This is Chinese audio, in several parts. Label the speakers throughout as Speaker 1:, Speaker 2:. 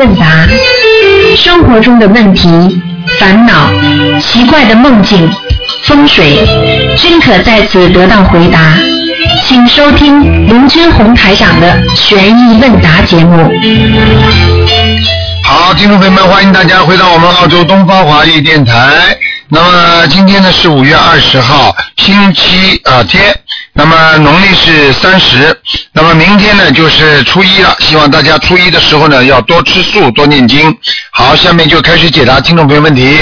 Speaker 1: 问答，生活中的问题、烦恼、奇怪的梦境、风水，均可在此得到回答。请收听卢军红台长的《悬疑问答》节目。
Speaker 2: 好，听众朋友们，欢迎大家回到我们澳洲东方华语电台。那么今呃天呢是五月二十号，星期啊、天，那么农历是三十，那么明天呢就是初一了。希望大家初一的时候呢要多吃素，多念经。好，下面就开始解答听众朋友问题。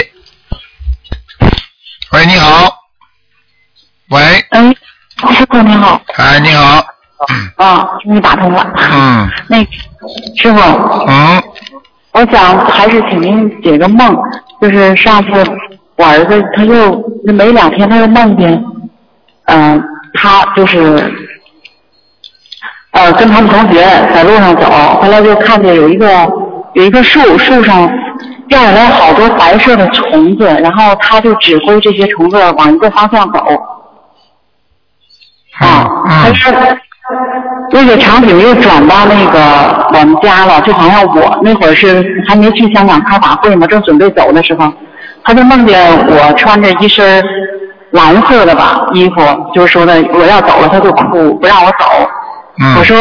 Speaker 2: 喂，你好。喂，
Speaker 3: 哎，师傅你好，
Speaker 2: 哎，你好。
Speaker 3: 啊，终于打通了。
Speaker 2: 嗯
Speaker 3: 那师傅，
Speaker 2: 嗯，
Speaker 3: 我想还是请您解个梦，就是上次我儿子他又没两天他就梦见，嗯、他就是，呃，跟他们同学在路上走，后来就看见有一个有一棵树，树上掉下来好多白色的虫子，然后他就指挥这些虫子往一个方向走，啊，他
Speaker 2: 嗯
Speaker 3: 说那个场景又转到那个我们家了，就好像我那会儿是还没去香港开法会嘛，正准备走的时候，他就梦见我穿着一身蓝色的吧衣服，就是说呢我要走了，他就哭不让我走，
Speaker 2: 嗯，
Speaker 3: 我说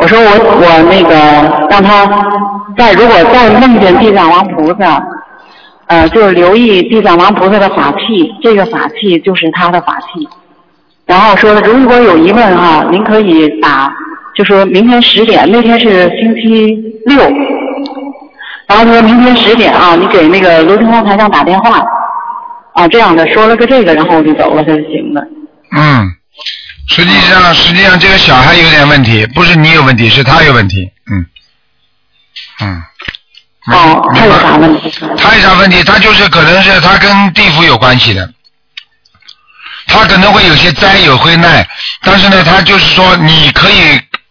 Speaker 3: 我说我我那个让他再如果再梦见地藏王菩萨，呃，就是留意地藏王菩萨的法器，这个法器就是他的法器。然后说如果有疑问哈、您可以打，就说明天十点，那天是星期六，然后说明天十点啊，你给那个卢廷光台上打电话啊，这样的说了个这个，然后我就走了，他就行了。
Speaker 2: 嗯，实际上实际上这个小孩有点问题，不是你有问题，是他有问题。嗯，嗯。
Speaker 3: 哦，他有啥问题？
Speaker 2: 他有啥问题？他就是可能是他跟地府有关系的，他可能会有些灾有会难，但是呢，他就是说你可以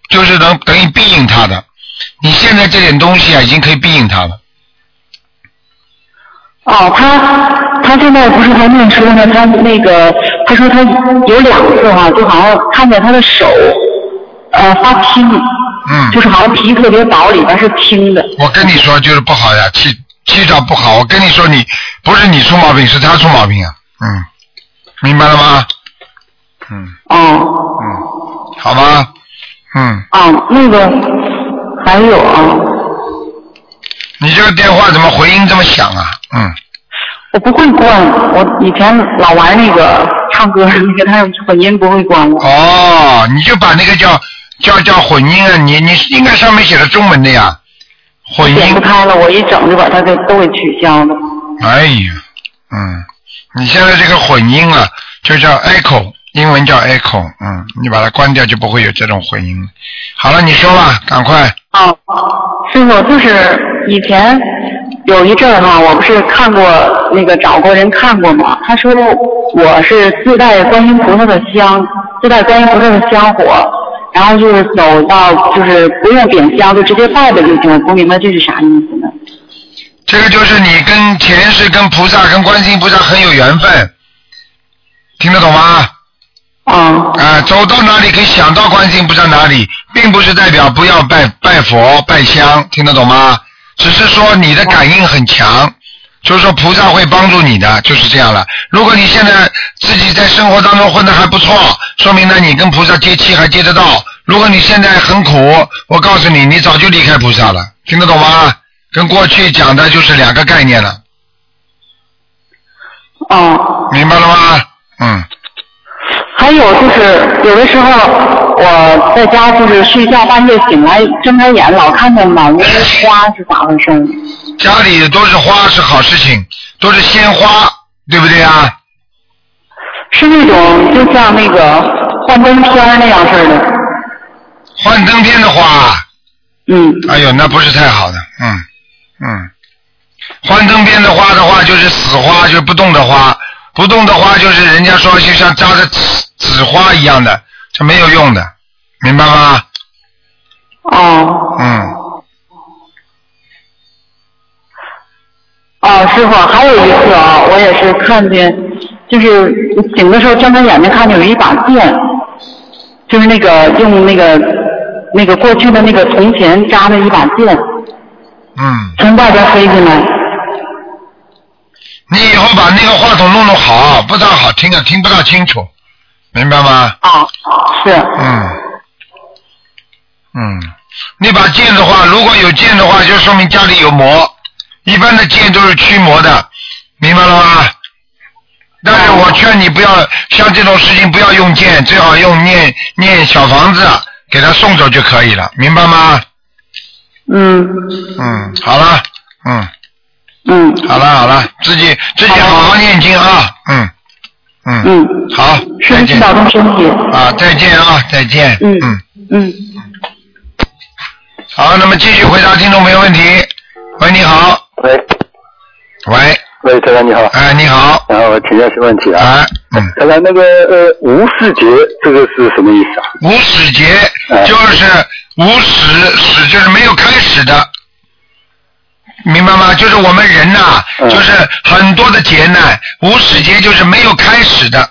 Speaker 2: 就是能等于庇应他的，你现在这点东西啊已经可以庇应他了。
Speaker 3: 哦，他他现在不是还念书呢，他那个他说他有两次哈、就好像看见他的手，呃发青，
Speaker 2: 嗯
Speaker 3: 就是好像皮特别薄，里边是青的。
Speaker 2: 我跟你说就是不好呀，气气场不好。我跟你说你，不是你出毛病，是他出毛病啊。嗯，明白了吗？嗯
Speaker 3: 哦
Speaker 2: 嗯，好吗？嗯，
Speaker 3: 哦，那个还有啊，
Speaker 2: 你这个电话怎么回音这么响啊？嗯，
Speaker 3: 我不会关，我以前老玩那个唱歌那个，他混音不会关我。
Speaker 2: 哦，你就把那个叫叫叫混音啊，你你应该上面写的中文的呀，混
Speaker 3: 点不
Speaker 2: 音。
Speaker 3: 开了，我一整就把它给都给取消了。
Speaker 2: 哎呀，嗯，你现在这个混音啊，就叫 echo，英文叫 echo，嗯，你把它关掉就不会有这种混音了。好了，你说吧，赶快，
Speaker 3: 哦，师傅，就是以前有一阵儿哈，我不是看过那个找过人看过吗？他说我是自带观音菩萨的香，自带观音菩萨的香火，然后就是走到就是不用点香，就直接拜拜就行。我不明白这是啥意思呢？
Speaker 2: 这个就是你跟前世、跟菩萨、跟观世音菩萨很有缘分，听得懂吗？
Speaker 3: 啊、
Speaker 2: 啊，走到哪里可以想到观世音菩萨哪里，并不是代表不要拜拜佛拜香，听得懂吗？只是说你的感应很强，就是说菩萨会帮助你的，就是这样了。如果你现在自己在生活当中混得还不错，说明呢你跟菩萨接气还接得到。如果你现在很苦，我告诉你，你早就离开菩萨了，听得懂吗？跟过去讲的就是两个概念了，
Speaker 3: 哦。
Speaker 2: 明白了吗？嗯，
Speaker 3: 还有就是，有的时候我在家就是睡觉，半夜醒来睁开眼，老看见满屋花，是咋回事儿？
Speaker 2: 家里都是花是好事情，都是鲜花，对不对啊？
Speaker 3: 是那种就像那个幻灯片儿那样似的。
Speaker 2: 幻灯片的话，
Speaker 3: 嗯，
Speaker 2: 哎呦，那不是太好的，嗯嗯。幻灯片的花的话，就是死花，就是不动的花，不动的花就是人家说就像扎着纸纸花一样的，这没有用的，明白吗？
Speaker 3: 哦
Speaker 2: 嗯，
Speaker 3: 哦，师傅，还有一次啊，我也是看见，就是我醒的时候睁开眼睛看见有一把剑，就是那个用那个那个过去的那个铜钱扎的一把剑，
Speaker 2: 嗯，
Speaker 3: 从外边飞进来。
Speaker 2: 你以后把那个话筒弄弄好，不大好听啊，听不大清楚，明白吗？
Speaker 3: 啊，是，
Speaker 2: 嗯，嗯，那把剑的话，如果有剑的话，就说明家里有魔。一般的剑都是驱魔的，明白了吗？但是我劝你不要像这种事情不要用剑，最好用念念小房子给他送走就可以了，明白吗？
Speaker 3: 嗯
Speaker 2: 嗯，好了，嗯，
Speaker 3: 嗯
Speaker 2: 好了好了，自己自己好好念经啊，嗯嗯，
Speaker 3: 嗯，
Speaker 2: 好，
Speaker 3: 师
Speaker 2: 再见
Speaker 3: 傅指导动身体。
Speaker 2: 啊，再见啊，再见，
Speaker 3: 嗯
Speaker 2: 嗯。
Speaker 3: 嗯，
Speaker 2: 好，那么继续回答听众朋友问题。喂，你好。
Speaker 4: 喂，
Speaker 2: 喂，
Speaker 4: 喂，台长你好，
Speaker 2: 哎，你好。
Speaker 4: 然后我请教些问题啊。
Speaker 2: 哎，嗯，
Speaker 4: 台长，那个呃，无视节这个是什么意思啊？
Speaker 2: 无始劫
Speaker 4: 哎
Speaker 2: 就是无始，始就是没有开始的，明白吗？就是我们人呐、
Speaker 4: 嗯
Speaker 2: 就是很多的劫难，无始劫就是没有开始的，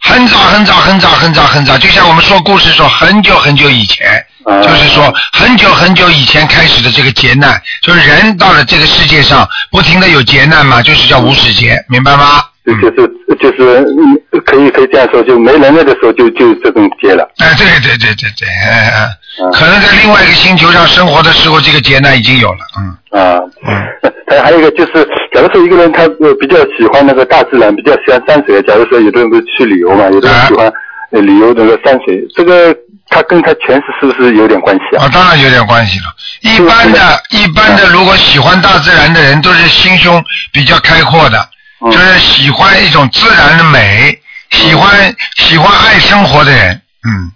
Speaker 2: 很早很早很早很早很早，就像我们说故事说很久很久以前，
Speaker 4: 嗯
Speaker 2: 就是说很久很久以前开始的这个劫难，就是人到了这个世界上不停的有劫难嘛，就是叫无始劫，明白吗？
Speaker 4: 就就是就是、嗯可以可以这样说，就没能耐的时候就就这种节了。
Speaker 2: 哎，对对对对对，哎哎，
Speaker 4: 嗯
Speaker 2: 可能在另外一个星球上生活的时候，这个劫难已经有了，嗯
Speaker 4: 啊，
Speaker 2: 嗯
Speaker 4: 还还有一个就是，假如说一个人他呃比较喜欢那个大自然，比较喜欢山水，假如说有的人不是去旅游嘛，有的人
Speaker 2: 啊
Speaker 4: 喜欢呃旅游那个山水，这个他跟他前世是不是有点关系啊？
Speaker 2: 啊，当然有点关系了。一般的，嗯一般的，如果喜欢大自然的人，都是心胸比较开阔的，
Speaker 4: 嗯
Speaker 2: 就是喜欢一种自然的美，喜欢喜欢爱生活的人，嗯，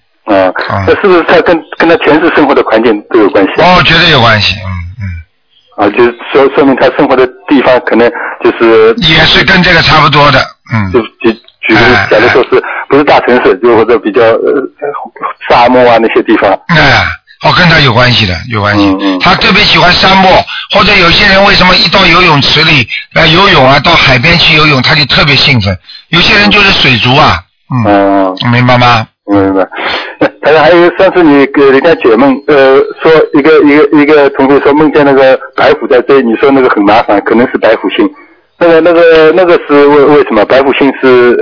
Speaker 4: 嗯
Speaker 2: 嗯，
Speaker 4: 这是不是他跟跟他前世生活的环境都有关系啊？
Speaker 2: 哦，绝对有关系，嗯嗯，
Speaker 4: 啊，就是说说明他生活的地方可能就是
Speaker 2: 也是跟这个差不多的，嗯
Speaker 4: 就，举举个例
Speaker 2: 哎
Speaker 4: 子，假如说是不是大城市，就或者比较呃沙漠啊那些地方，
Speaker 2: 哎，哦，跟他有关系的，有关系。
Speaker 4: 嗯嗯
Speaker 2: 他特别喜欢沙漠，或者有些人为什么一到游泳池里呃游泳啊，到海边去游泳，他就特别兴奋。有些人就是水族啊，嗯，
Speaker 4: 嗯，
Speaker 2: 明白吗？
Speaker 4: 明白。嗯还有还有，上次你给人家解梦，呃，说一个一个一个同学说梦见那个白虎在追，你说那个很麻烦，可能是白虎星，那个那个那个是为为什么？白虎星是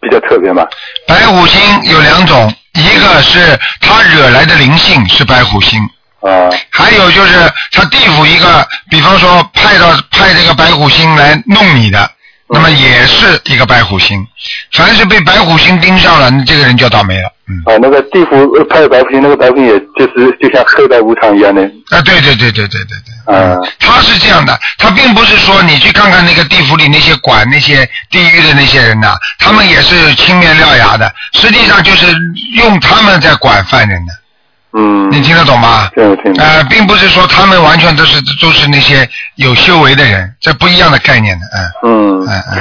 Speaker 4: 比较特别嘛？
Speaker 2: 白虎星有两种，一个是他惹来的灵性是白虎星，
Speaker 4: 啊，
Speaker 2: 还有就是他地府一个，比方说派到派这个白虎星来弄你的，那么也是一个白虎星。凡是被白虎星盯上了，你这个人就倒霉了，嗯。
Speaker 4: 啊，那个地府呃派白虎星，那个白虎星也就是就像黑白无常一样的，
Speaker 2: 啊，对对对对对对对，
Speaker 4: 啊，
Speaker 2: 他是这样的，他并不是说你去看看那个地府里那些管那些地狱的那些人呐、他们也是青面獠牙的，实际上就是用他们在管犯人的，
Speaker 4: 嗯，
Speaker 2: 你听得懂吗？
Speaker 4: 对对对。
Speaker 2: 呃，并不是说他们完全都是都是那些有修为的人，这不一样的概念的，嗯
Speaker 4: 嗯，
Speaker 2: 嗯嗯，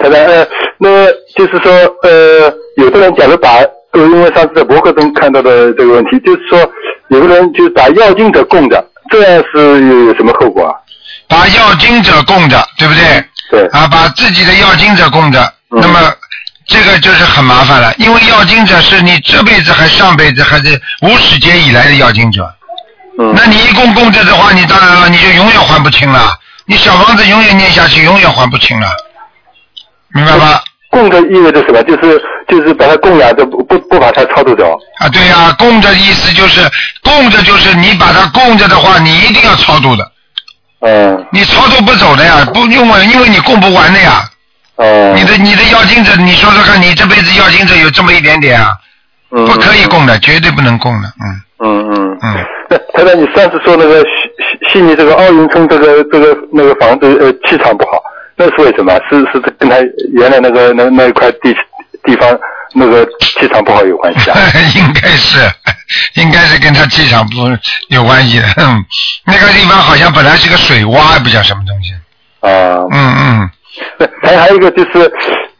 Speaker 4: 太太，呃， 那就是说，呃，有的人假如把，呃，因为上次在博客中看到的这个问题，就是说，有个人就是把药精者供着，这样是有有什么后果啊？
Speaker 2: 把要经者供着，对不对？
Speaker 4: 对，
Speaker 2: 啊，把自己的要经者供着，
Speaker 4: 嗯
Speaker 2: 那么这个就是很麻烦了，因为要经者是你这辈子还上辈子还是无始劫以来的要经者，
Speaker 4: 嗯，
Speaker 2: 那你一共供着的话，你当然了，你就永远还不清了，你小房子永远念下去，永远还不清了，明白吗？
Speaker 4: 供着意味着什么？就是就是把它供养着，不不不把它超度哦走。
Speaker 2: 啊，对呀、供着意思就是供着，就是你把它供着的话，你一定要超度的，
Speaker 4: 嗯，
Speaker 2: 你超度不走的呀，不用啊，因为你供不完的呀。
Speaker 4: 哦、
Speaker 2: 你的你的要经者，你说说看，你这辈子要经者有这么一点点啊？
Speaker 4: 嗯，
Speaker 2: 不可以供的，绝对不能供的，嗯
Speaker 4: 嗯。嗯嗯。
Speaker 2: 嗯，
Speaker 4: 那太太，你上次说那个悉悉悉尼这个奥运村这个这个那个房子呃气场不好，那是为什么？是是跟他原来那个那那一块地地方那个气场不好有关 系啊？
Speaker 2: 应该是， 应该是跟他气场不有关系的。嗯那个地方好像本来是个水洼，不叫什么东西。
Speaker 4: 啊、
Speaker 2: 嗯嗯，
Speaker 4: 那还还有一个就是。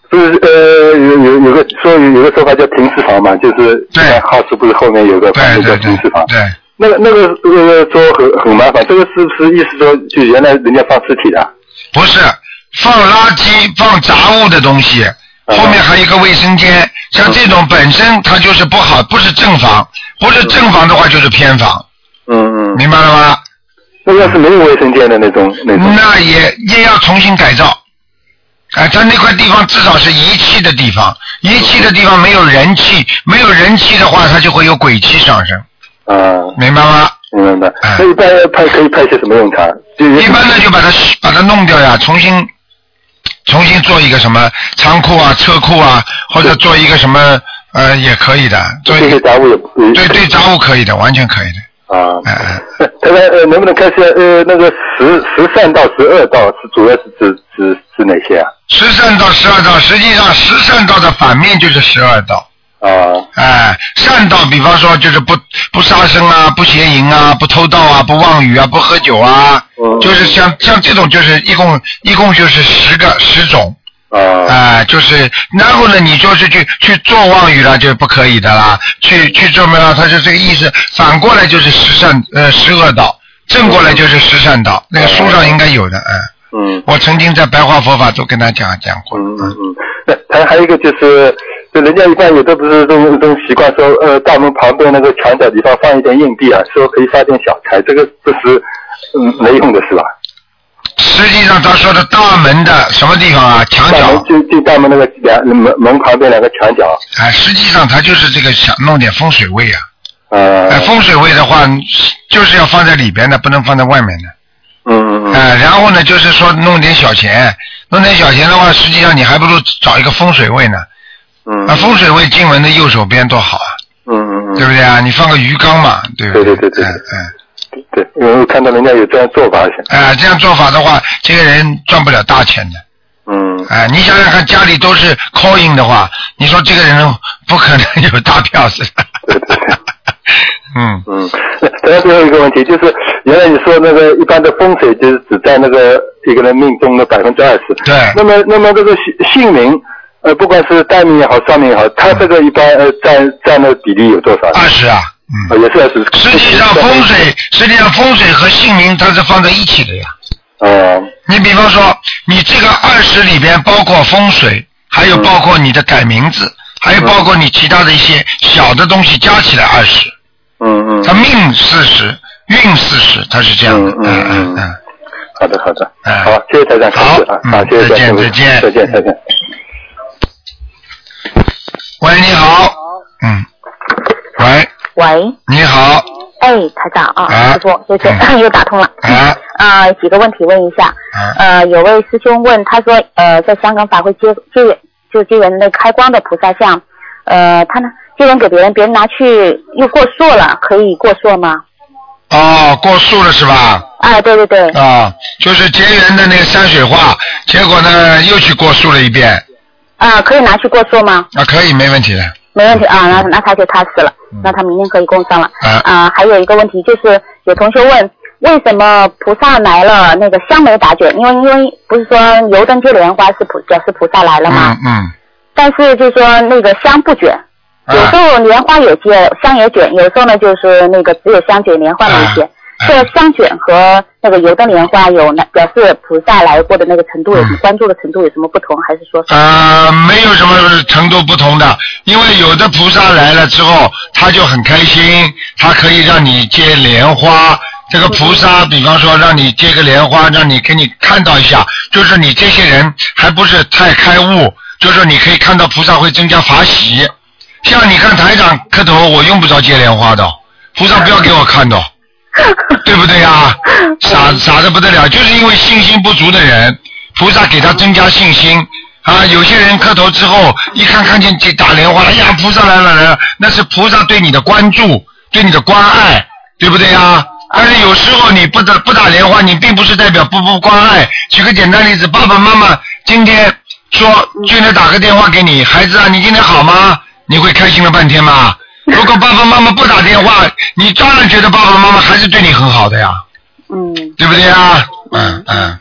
Speaker 4: 就是呃，有有有个说有有个说法叫停尸房嘛，就是
Speaker 2: 对
Speaker 4: 哈市不啊是后面有个房
Speaker 2: 对
Speaker 4: 子叫
Speaker 2: 对
Speaker 4: 停尸
Speaker 2: 对
Speaker 4: 房，
Speaker 2: 对，
Speaker 4: 那个那个那个说很很麻烦，这个是不是意思说就原来人家放尸体的啊？
Speaker 2: 不是放垃圾、放杂物的东西，
Speaker 4: 嗯
Speaker 2: 后面还有一个卫生间，像这种本身它就是不好，不是正房，不是正房的话就是偏房，
Speaker 4: 嗯嗯
Speaker 2: 明白了吗？
Speaker 4: 那要是没有卫生间的那种那种，
Speaker 2: 那也也要重新改造。哎，他那块地方至少是遗弃的地方，遗弃的地方没有人气，没有人气的话，它就会有鬼气上升，
Speaker 4: 啊，
Speaker 2: 明白吗？
Speaker 4: 明白。
Speaker 2: 哎
Speaker 4: 那一般要派可以派些什么用场？就
Speaker 2: 一般呢就把它把它弄掉呀，重新重新做一个什么仓库啊、车库啊，或者做一个什么呃也可以的，做
Speaker 4: 这
Speaker 2: 一
Speaker 4: 些
Speaker 2: 个
Speaker 4: 杂物也不也
Speaker 2: 对对杂物可以的，完全可以的，
Speaker 4: 啊。
Speaker 2: 哎、哎
Speaker 4: 他说呃，能不能开始呃那个十十三到十二道是主要是指指指哪些啊？
Speaker 2: 十善道、十二道，实际上十善道的反面就是十二道。
Speaker 4: 啊
Speaker 2: 哎，善道，比方说就是不不杀生啊，不邪淫啊，不偷盗啊，不妄语啊，不喝酒啊，
Speaker 4: 嗯
Speaker 2: 就是像像这种，就是一共一共就是十个十种，
Speaker 4: 啊
Speaker 2: 哎、就是然后呢，你就是去去做妄语了，就是不可以的啦，去去做没了，他就这个意思。反过来就是十善呃十恶道，正过来就是十善道，那个书上应该有的，哎、
Speaker 4: 嗯
Speaker 2: 我曾经在白话佛法都跟他讲讲过，
Speaker 4: 嗯嗯嗯。那还还有一个就是，就人家一般有的不是这种这种习惯说呃大门旁边那个墙角地方放一点硬币啊，说可以发点小财，这个这是嗯没用的是吧？
Speaker 2: 实际上他说的大门的什么地方啊，墙
Speaker 4: 大
Speaker 2: 角
Speaker 4: 门。就就大门那个两门门旁边两个墙角，
Speaker 2: 哎，实际上他就是这个想弄点风水位啊。
Speaker 4: 呃
Speaker 2: 哎，风水位的话，就是要放在里边的，不能放在外面的。
Speaker 4: 嗯嗯嗯
Speaker 2: 哎，然后呢，就是说弄点小钱，弄点小钱的话，实际上你还不如找一个风水位呢。
Speaker 4: 嗯
Speaker 2: 啊，风水位经文的右手边多好啊，
Speaker 4: 嗯嗯
Speaker 2: 对
Speaker 4: 嗯，
Speaker 2: 不对啊？你放个鱼缸嘛，对不
Speaker 4: 对对对对
Speaker 2: 哎
Speaker 4: 对，因为我看到人家有这样做法，
Speaker 2: 哎哎，这样做法的话，这个人赚不了大钱的。
Speaker 4: 嗯。
Speaker 2: 哎，你想想看，家里都是 call in 的话，你说这个人不可能有大票子的。 嗯。
Speaker 4: 嗯，再最后一个问题就是，原来你说那个一般的风水就是只占那个一个人命中的百分之二十。
Speaker 2: 对
Speaker 4: 那么，那么这个姓姓名，呃，不管是单名也好，双名也好，它这个一般呃占占的比例有多少？
Speaker 2: 二十啊，
Speaker 4: 呃
Speaker 2: 嗯，
Speaker 4: 也是二十。
Speaker 2: 实际上风水，实际上风水和姓名它是放在一起的呀。
Speaker 4: 呃。
Speaker 2: 你比方说，你这个二十里边包括风水，还有包括你的改名字，还有包括你其他的一些小的东西加起来二十，
Speaker 4: 嗯嗯
Speaker 2: 它。命四十，运四十，它是这样的，
Speaker 4: 嗯嗯
Speaker 2: 嗯
Speaker 4: 嗯
Speaker 2: 嗯
Speaker 4: 好的好的。
Speaker 2: 哎
Speaker 4: 好，谢谢台长，
Speaker 2: 好
Speaker 4: 谢谢啊，
Speaker 2: 嗯
Speaker 4: 好，谢谢
Speaker 2: 再见
Speaker 4: 再见
Speaker 2: 再
Speaker 4: 再
Speaker 2: 见
Speaker 4: 见再见。
Speaker 2: 喂，你好，嗯，喂，
Speaker 5: 喂，
Speaker 2: 你好，
Speaker 5: 哎，台长啊，
Speaker 2: 啊
Speaker 5: 师傅，谢谢，
Speaker 2: 嗯
Speaker 5: 又打通了。
Speaker 2: 啊
Speaker 5: 啊，几个问题问一下。
Speaker 2: 啊
Speaker 5: 呃，有位师兄问，他说，呃，在香港法会接接就接人那开光的菩萨像，呃，他呢接人给别人，别人拿去又过塑了，可以过塑吗？
Speaker 2: 哦，过速了是吧？
Speaker 5: 哎，对对对，
Speaker 2: 啊，就是结缘的那个山水画，结果呢又去过塑了一遍，
Speaker 5: 啊，可以拿去过塑吗？
Speaker 2: 啊，可以，没问题的。
Speaker 5: 没问题啊，那那他就踏实了
Speaker 2: 嗯，
Speaker 5: 那他明天可以供上了。
Speaker 2: 啊
Speaker 5: 啊，还有一个问题就是，有同学问，为什么菩萨来了那个香没打卷？因为因为不是说油灯接莲花是菩表示菩萨来了吗？
Speaker 2: 嗯嗯，
Speaker 5: 但是就说那个香不卷，有时
Speaker 2: 啊，
Speaker 5: 候莲花也卷，香也卷，有时候呢就是那个只有香卷，莲花没卷。
Speaker 2: 啊
Speaker 5: 这香卷和那个油灯莲花有那表示菩萨来过的那个程度有什么
Speaker 2: 嗯
Speaker 5: 关注的程度有什么不同，还是说
Speaker 2: 呃，没有什么程度不同的，因为有的菩萨来了之后，他就很开心，他可以让你接莲花。这个菩萨，
Speaker 5: 嗯
Speaker 2: 比方说让你接个莲花，让你给你看到一下，就是你这些人还不是太开悟，就是你可以看到菩萨会增加法喜。像你看台长磕头，我用不着接莲花的，菩萨不要给我看的。对不对呀、啊傻傻的不得了，就是因为信心不足的人，菩萨给他增加信心啊。有些人磕头之后，一看看见这打莲花，哎呀，菩萨来了来了，那是菩萨对你的关注，对你的关爱，对不对呀、但是有时候你不打不打莲花，你并不是代表不不关爱。举个简单例子，爸爸妈妈今天说娟娟打个电话给你，孩子啊，你今天好吗？你会开心了半天吗？如果爸爸妈妈不打电话，你当然觉得爸爸妈妈还是对你很好的呀，
Speaker 5: 嗯？
Speaker 2: 对不对呀？嗯嗯，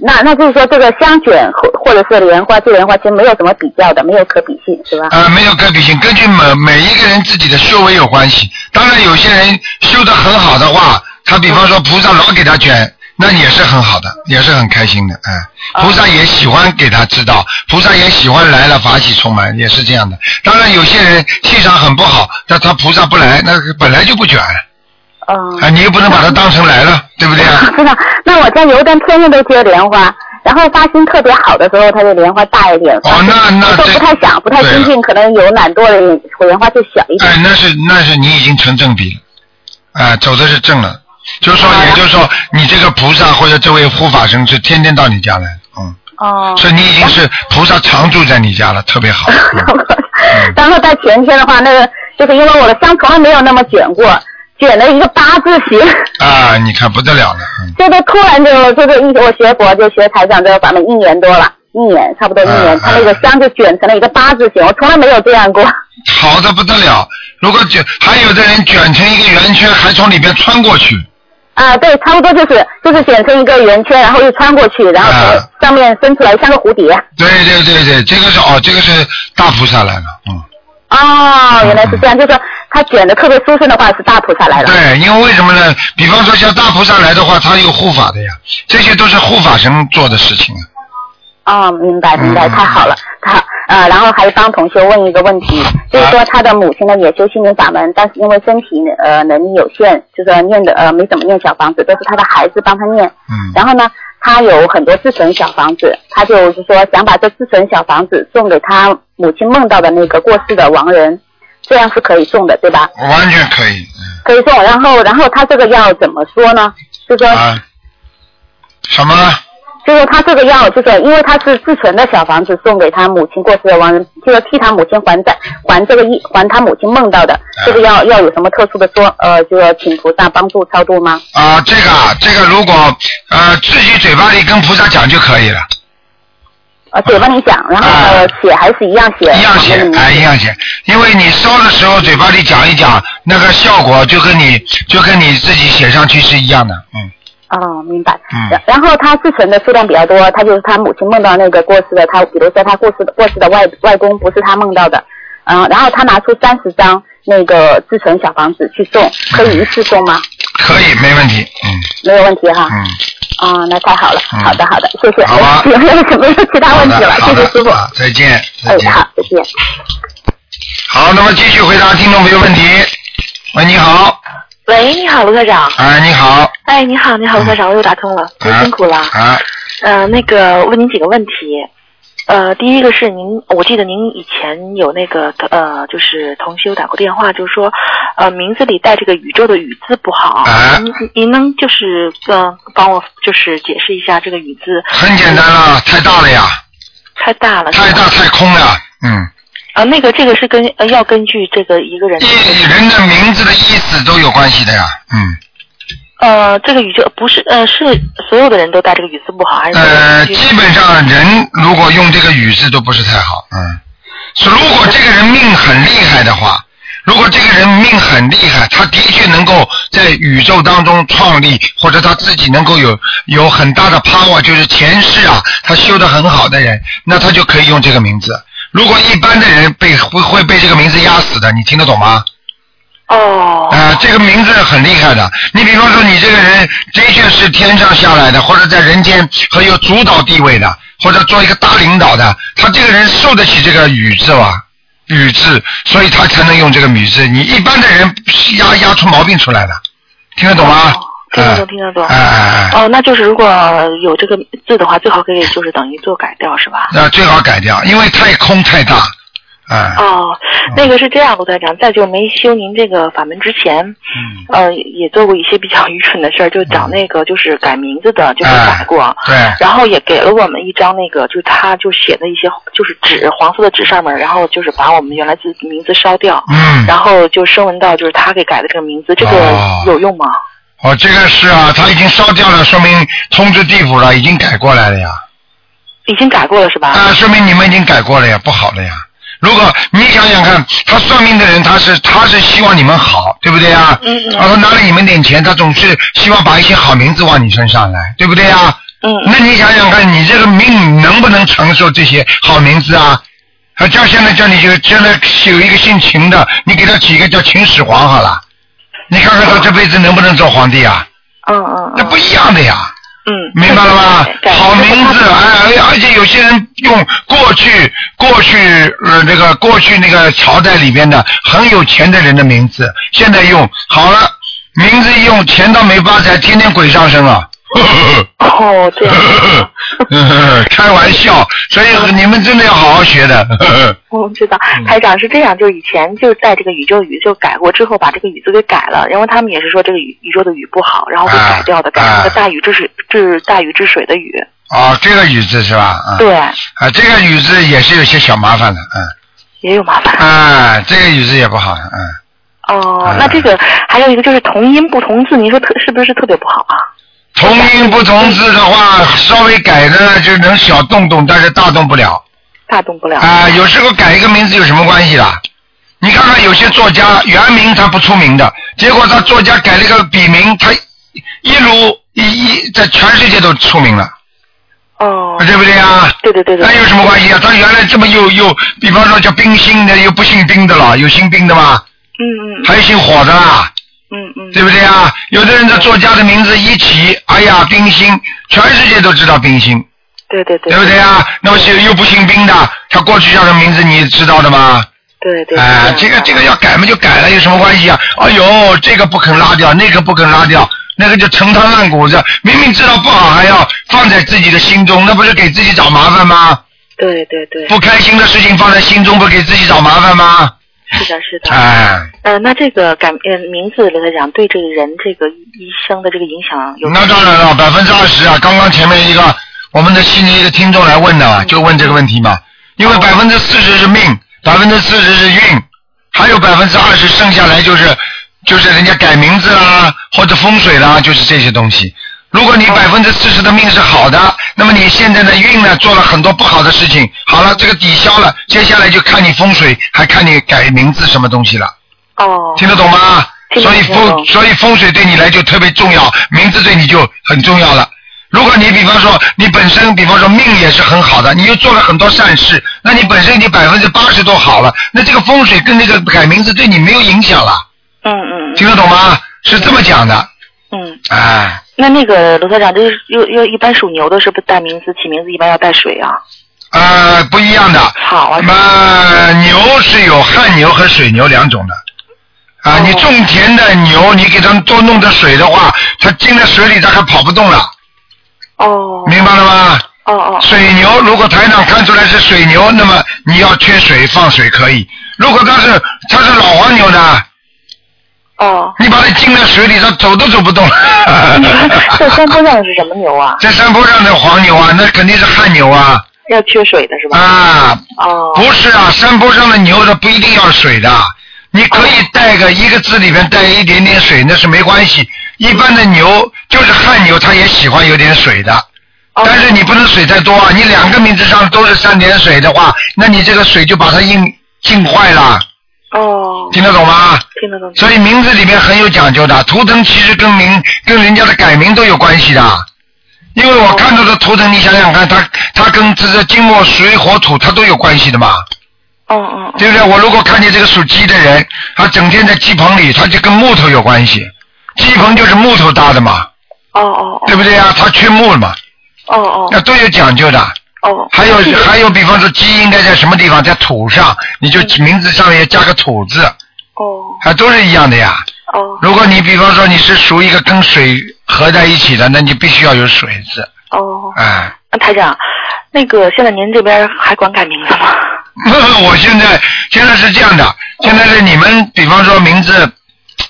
Speaker 5: 那那就是说，这个香卷或或者是莲花接莲花，其实没有什么比较的，没有可比性，是吧？
Speaker 2: 呃，没有可比性，根据每每一个人自己的修为有关系。当然，有些人修得很好的话，他比方说菩萨老给他卷，那也是很好的，也是很开心的。嗯，菩萨也喜欢给他知道，菩萨也喜欢来了法喜充满，也是这样的。当然，有些人气场很不好，那他菩萨不来，那本来就不卷。
Speaker 5: 哦、
Speaker 2: 啊，你又不能把它当成来了，对不对啊？
Speaker 5: 真的，那我家油灯天天都接莲花，然后发心特别好的时候，它的莲花大一点。
Speaker 2: 哦，啊那那
Speaker 5: 都
Speaker 2: 这
Speaker 5: 不太想，不太精进，可能有懒惰的人，莲花就小一点。
Speaker 2: 哎，那是那是你已经成正比了，啊、走的是正了，就是说，也就是说，你这个菩萨或者这位护法神是天天到你家来，嗯，
Speaker 5: 哦。
Speaker 2: 所以你已经是菩萨常住在你家了，特别 好。嗯
Speaker 5: 然后在前天的话，那个就是因为我的香从来没有那么卷过，卷了一个八字形，
Speaker 2: 啊，你看不得了了，嗯
Speaker 5: 这个突然就就是一我学佛就学台长这个法门一年多了，一年差不多一年，
Speaker 2: 嗯
Speaker 5: 它那个香就卷成了一个八字形，我从来没有这样过。
Speaker 2: 好的不得了。如果卷，还有的人卷成一个圆圈，还从里边穿过去，
Speaker 5: 啊，对，差不多就是就是卷成一个圆圈，然后又穿过去，然后
Speaker 2: 啊
Speaker 5: 从上面伸出来像个蝴蝶。
Speaker 2: 对对对对，这个是哦，这个是大菩萨来了，嗯。
Speaker 5: 哦，原来是这样，就是说它卷的特别舒顺的话是大菩萨来了。
Speaker 2: 对，因为为什么呢？比方说像大菩萨来的话，他有护法的呀，这些都是护法神做的事情啊。
Speaker 5: 哦，明白明白，
Speaker 2: 嗯
Speaker 5: 太好了，太好。啊，然后还帮同学问一个问题，就是说他的母亲呢也修心灵法门，但是因为身体呃能力有限，就是说念的呃没怎么念小房子，都是他的孩子帮他念。
Speaker 2: 嗯，
Speaker 5: 然后呢，他有很多自存小房子，他就是说想把这自存小房子送给他母亲梦到的那个过世的亡人，这样是可以送的，对吧？
Speaker 2: 完全可以。
Speaker 5: 可以送。然后，然后他这个要怎么说呢？就说
Speaker 2: 嗯、啊，什么？
Speaker 5: 就是他这个要，就是因为他是自存的小房子送给他母亲过世的亡人，就是替他母亲还债，还这个一还他母亲梦到的，
Speaker 2: 啊
Speaker 5: 这个要要有什么特殊的说呃，就是请菩萨帮助超度吗？
Speaker 2: 啊，这个啊，这个如果呃自己嘴巴里跟菩萨讲就可以了，
Speaker 5: 呃，嘴巴里讲，然后呃写还是一样写，
Speaker 2: 啊一样写
Speaker 5: 往那里，面
Speaker 2: 哎，一样写，因为你烧的时候嘴巴里讲一讲，那个效果就跟你就跟你自己写上去是一样的，嗯，
Speaker 5: 哦，明白。
Speaker 2: 嗯
Speaker 5: 然然后他自存的数量比较多，他就是他母亲梦到那个过世的，他比如说他过世的过世的外外公不是他梦到的，嗯，然后他拿出三十张那个自存小房子去送，
Speaker 2: 嗯
Speaker 5: 可以一次送吗？
Speaker 2: 可以，没问题，嗯
Speaker 5: 没有问题哈。
Speaker 2: 嗯，
Speaker 5: 啊、那太好了。
Speaker 2: 嗯
Speaker 5: 好的，好的，谢谢。
Speaker 2: 好吧
Speaker 5: 没有没有其他
Speaker 2: 好
Speaker 5: 问题
Speaker 2: 的
Speaker 5: 了，
Speaker 2: 好
Speaker 5: 谢谢师傅
Speaker 2: 的，。啊再见再
Speaker 5: 哎，
Speaker 2: 见，
Speaker 5: 好，再见。
Speaker 2: 好，那么继续回答听众朋友问题。喂，你好，
Speaker 6: 喂，你好，卢科长。
Speaker 2: 哎，你好，
Speaker 6: 哎，你好，你
Speaker 2: 嗯
Speaker 6: 好，卢科长，我又打通了，您
Speaker 2: 啊
Speaker 6: 辛苦了。
Speaker 2: 啊，
Speaker 6: 呃，那个问您几个问题。呃，第一个是您，我记得您以前有那个呃，就是同修打过电话，就说呃名字里带这个宇宙的宇字不好。
Speaker 2: 哎
Speaker 6: 您您能就是呃帮我就是解释一下这个宇字
Speaker 2: 很简单了，太大了呀，
Speaker 6: 太大了。是吧
Speaker 2: 太大太空了，嗯。
Speaker 6: 啊、那个这个是根呃要根据这个一个人的
Speaker 2: 一人的名字的意思都有关系的呀，嗯，
Speaker 6: 呃这个宇宙不是呃是所有的人都带这个宇字不好还是？
Speaker 2: 呃，基本上人如果用这个语字都不是太好，嗯，是如果这个人命很厉害的话，如果这个人命很厉害，他的确能够在宇宙当中创立，或者他自己能够有有很大的 power，就是前世啊，他修得很好的人，那他就可以用这个名字。如果一般的人被会会被这个名字压死的，你听得懂吗？
Speaker 6: 哦。
Speaker 2: 啊，这个名字很厉害的。你比方说，你这个人的确是天上下来的，或者在人间很有主导地位的，或者做一个大领导的，他这个人受得起这个宇字吧？宇字，所以他才能用这个宇字。你一般的人是压压出毛病出来的，听得懂吗？
Speaker 6: 哦听得懂
Speaker 2: 嗯
Speaker 6: 听得懂
Speaker 2: 哎哎哎，
Speaker 6: 哦，那就是如果有这个字的话，最好可以就是等于做改掉，是吧？
Speaker 2: 那最好改掉，因为太空太大，哎，
Speaker 6: 哦，那个是这样，卢台长，在就没修您这个法门之前，
Speaker 2: 嗯，
Speaker 6: 呃，也做过一些比较愚蠢的事儿，就找那个就是改名字的，就是
Speaker 2: 哎
Speaker 6: 改过。
Speaker 2: 对，
Speaker 6: 然后也给了我们一张那个，就是他就写的一些就是纸，黄色的纸上面，然后就是把我们原来字名字烧掉，
Speaker 2: 嗯。
Speaker 6: 然后就声闻到就是他给改的这个名字，这个
Speaker 2: 哦
Speaker 6: 有用吗？
Speaker 2: 哦，这个是啊，他已经烧掉了，说明通知地府了，已经改过来了呀。
Speaker 6: 已经改过了是吧？
Speaker 2: 啊，说明你们已经改过了呀，不好了呀。如果你想想看，他算命的人，他是他是希望你们好，对不对呀？
Speaker 6: 嗯嗯
Speaker 2: 啊，他拿了你们点钱，他总是希望把一些好名字往你身上来，对不对呀？
Speaker 6: 嗯
Speaker 2: 那你想想看，你这个命能不能承受这些好名字啊？啊，叫现在叫你就现在有一个姓秦的，你给他起一个叫秦始皇好了，你看看他这辈子能不能做皇帝啊？
Speaker 6: 嗯嗯
Speaker 2: 那
Speaker 6: 嗯
Speaker 2: 不一样的呀。
Speaker 6: 嗯，
Speaker 2: 明白了吗
Speaker 6: 对对？对
Speaker 2: 好名
Speaker 6: 就是
Speaker 2: 字，
Speaker 6: 他
Speaker 2: 哎，而而且有些人用过去过去呃那个过去那个朝代里边的很有钱的人的名字，现在用好了，名字一用钱都没发财，天天鬼上身 啊！
Speaker 6: 哦，这样。
Speaker 2: 开玩笑，所以你们真的要好好学的。
Speaker 6: 我知道，
Speaker 2: 嗯
Speaker 6: 台长是这样，就是以前就在这个宇宙宇宙改过之后，把这个宇字给改了，因为他们也是说这个宇宇宙的宇不好，然后给
Speaker 2: 啊
Speaker 6: 改掉的，改成个大禹治水治大禹治水的禹。
Speaker 2: 哦，这个雨字是吧？啊、
Speaker 6: 对，
Speaker 2: 啊，这个雨字也是有些小麻烦的，嗯，
Speaker 6: 也有麻烦。
Speaker 2: 啊，这个雨字也不好，嗯，
Speaker 6: 哦
Speaker 2: 啊，
Speaker 6: 那这个还有一个就是同音不同字，您说特是不是特别不好啊？
Speaker 2: 同音不同字的话，稍微改呢就能小动动，但是大动不了。
Speaker 6: 大动不了。
Speaker 2: 啊，有时候改一个名字有什么关系啦？你看看有些作家原名他不出名的，结果他作家改了个笔名，他一如一一在全世界都出名了，
Speaker 6: 哦，
Speaker 2: 对不对啊？
Speaker 6: 对对对对
Speaker 2: 那。有什么关系啊？他原来这么又又，比方说叫冰心的，又不姓冰的了，有姓冰的吗？
Speaker 6: 嗯嗯
Speaker 2: 还有姓火的啦，
Speaker 6: 嗯嗯。
Speaker 2: 对不对啊？有的人的作家的名字一起，哎呀，冰心，全世界都知道冰心，
Speaker 6: 对对对
Speaker 2: 对不对啊？那么是又不姓冰的，他过去叫什么名字你知道的吗？
Speaker 6: 对对。
Speaker 2: 哎，这
Speaker 6: 是
Speaker 2: 个
Speaker 6: 样
Speaker 2: 这个要改嘛就改了，有什么关系啊？哎呦，这个不肯拉掉，那个不肯拉掉，那个就陈汤烂谷子，明明知道不好还要放在自己的心中，那不是给自己找麻烦吗？
Speaker 6: 对对对，
Speaker 2: 不开心的事情放在心中，不是给自己找麻烦吗？
Speaker 6: 是的，是的。
Speaker 2: 哎，
Speaker 6: 呃，那这个改呃名字来讲，对这个人这个一生的这个影响有
Speaker 2: 那当然了，百分之二十啊！刚刚前面一个我们的悉尼的听众来问的，就问这个问题嘛。因为百分之四十是命，百分之四十是运，还有百分之二十剩下来就是就是人家改名字啦，或者风水啦，就是这些东西。如果你百分之四十的命是好的，那么你现在的运呢做了很多不好的事情，好了，这个抵消了，接下来就看你风水，还看你改名字什么东西了。
Speaker 6: 哦，
Speaker 2: 听得懂吗？
Speaker 6: 听得
Speaker 2: 所
Speaker 6: 懂
Speaker 2: 以风，所以风水对你来就特别重要，名字对你就很重要了。如果你比方说你本身，比方说命也是很好的，你又做了很多善事，那你本身已经百分之八十都好了，那这个风水跟那个改名字对你没有影响了，
Speaker 6: 嗯嗯
Speaker 2: 听得懂吗？是这么讲的，
Speaker 6: 嗯。
Speaker 2: 哎，
Speaker 6: 那那个罗科长，就是又又一般属牛的是不是带名字起名字一般要带水啊？
Speaker 2: 呃，不一样的，
Speaker 6: 草啊
Speaker 2: 那，么牛是有旱牛和水牛两种的，啊，
Speaker 6: 哦
Speaker 2: 你种田的牛，你给它多弄点水的话，它进了水里它还跑不动了，
Speaker 6: 哦
Speaker 2: 明白了吗？
Speaker 6: 哦哦，
Speaker 2: 水牛如果台长看出来是水牛，那么你要缺水放水可以；如果它是它是老黄牛呢，
Speaker 6: 哦，
Speaker 2: 你把它浸在水里，它走都走不动。
Speaker 6: 这山坡上的是什么牛啊？
Speaker 2: 在山坡上的黄牛啊，那肯定是旱牛啊
Speaker 6: 要缺水的是吧？
Speaker 2: 啊！
Speaker 6: 哦，
Speaker 2: 不是啊，山坡上的牛它不一定要水的，你可以带个一个字里面带一点点水，那是没关系。一般的牛就是旱牛，它也喜欢有点水的。
Speaker 6: 哦
Speaker 2: 但是你不能水太多啊！你两个名字上都是三点水的话，那你这个水就把它硬浸坏了，
Speaker 6: 哦，
Speaker 2: 听得懂吗？
Speaker 6: 听得懂。
Speaker 2: 所以名字里面很有讲究的，图腾其实跟名跟人家的改名都有关系的。因为我看到的图腾，你想想看，它它跟这个金木水火土它都有关系的嘛，
Speaker 6: 嗯嗯嗯，
Speaker 2: 对不对？我如果看见这个属鸡的人，他整天在鸡棚里，他就跟木头有关系，鸡棚就是木头搭的嘛，
Speaker 6: 哦哦
Speaker 2: 对不对啊？他缺木了嘛，
Speaker 6: 哦哦
Speaker 2: 那都有讲究的。
Speaker 6: 哦哦，
Speaker 2: 还有还有，比方说鸡应该在什么地方，在土上，你就
Speaker 6: 嗯
Speaker 2: 名字上面加个土字，
Speaker 6: 哦
Speaker 2: 啊，都是一样的呀。
Speaker 6: 哦
Speaker 2: 如果你比方说你是属于一个跟水合在一起的，那你必须要有水字，
Speaker 6: 哦，
Speaker 2: 哎。
Speaker 6: 那台长，那个现在您这边还管改名字吗？
Speaker 2: 我现在现在是这样的，现在是你们比方说名字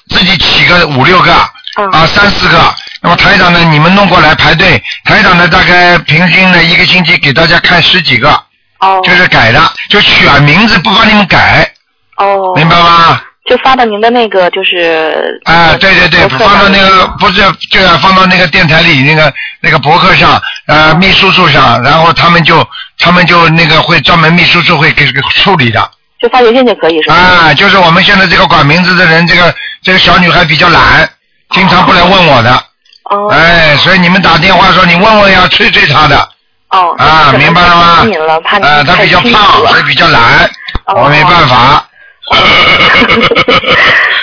Speaker 2: 自己起个五六个
Speaker 6: 嗯
Speaker 2: 啊三四个，那么台长呢你们弄过来排队，台长呢大概平均呢一个星期给大家看十几个，
Speaker 6: 哦
Speaker 2: 就是改的，就选名字不帮你们改，
Speaker 6: 哦，
Speaker 2: 明白吗？
Speaker 6: 就发到您的那个就是
Speaker 2: 啊，对对对，
Speaker 6: 博客
Speaker 2: 放到
Speaker 6: 上
Speaker 2: 那个不是就要放到那个电台里那个那个博客上，呃，
Speaker 6: 嗯
Speaker 2: 秘书处上，然后他们就他们就那个会专门秘书处会给给处理的
Speaker 6: 就发邮件就可以是吧？
Speaker 2: 啊，就是我们现在这个管名字的人，这个这个小女孩比较懒，经常不来问我的，
Speaker 6: 哦
Speaker 2: 哎，所以你们打电话说你问问呀，催催她的，
Speaker 6: 哦
Speaker 2: 啊，明白了吗？
Speaker 6: 您了，怕您
Speaker 2: 啊，她
Speaker 6: 太
Speaker 2: 比较
Speaker 6: 辛苦
Speaker 2: 胖，
Speaker 6: 了
Speaker 2: 所以比较懒，
Speaker 6: 哦嗯
Speaker 2: 我没办 法。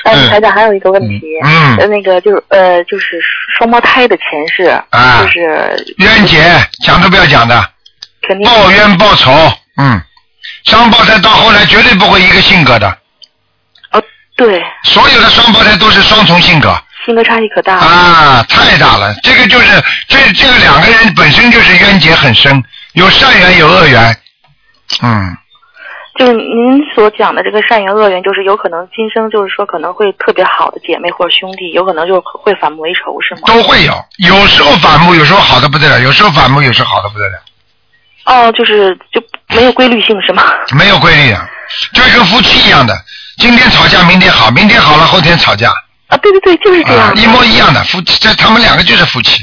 Speaker 6: 哎，台长还有一个问题，
Speaker 2: 嗯嗯嗯
Speaker 6: 呃那个就是呃，就是双胞胎的前世，
Speaker 2: 啊
Speaker 6: 就是
Speaker 2: 冤结讲都不要讲的。
Speaker 6: 肯定
Speaker 2: 报冤报仇，嗯，双胞胎到后来绝对不会一个性格的，
Speaker 6: 哦，对，
Speaker 2: 所有的双胞胎都是双重性格，
Speaker 6: 性格差异可大了。
Speaker 2: 啊，太大了，这个就是这这个两个人本身就是冤结很深，有善缘有恶缘，嗯，
Speaker 6: 就是您所讲的这个善缘恶缘，就是有可能今生就是说可能会特别好的姐妹或者兄弟，有可能就会反目为仇，是吗？
Speaker 2: 都会有，有时候反目，有时候好的不得了，有时候反目，有时候好的不得了，
Speaker 6: 哦，就是就没有规律性，是吗？
Speaker 2: 没有规律啊，就是跟夫妻一样的，今天吵架，明天好，明天好了，后天吵架，
Speaker 6: 啊，对对对，就是这
Speaker 2: 啊
Speaker 6: 样，的。
Speaker 2: 一模一样的夫妻，这他们两个就是夫妻，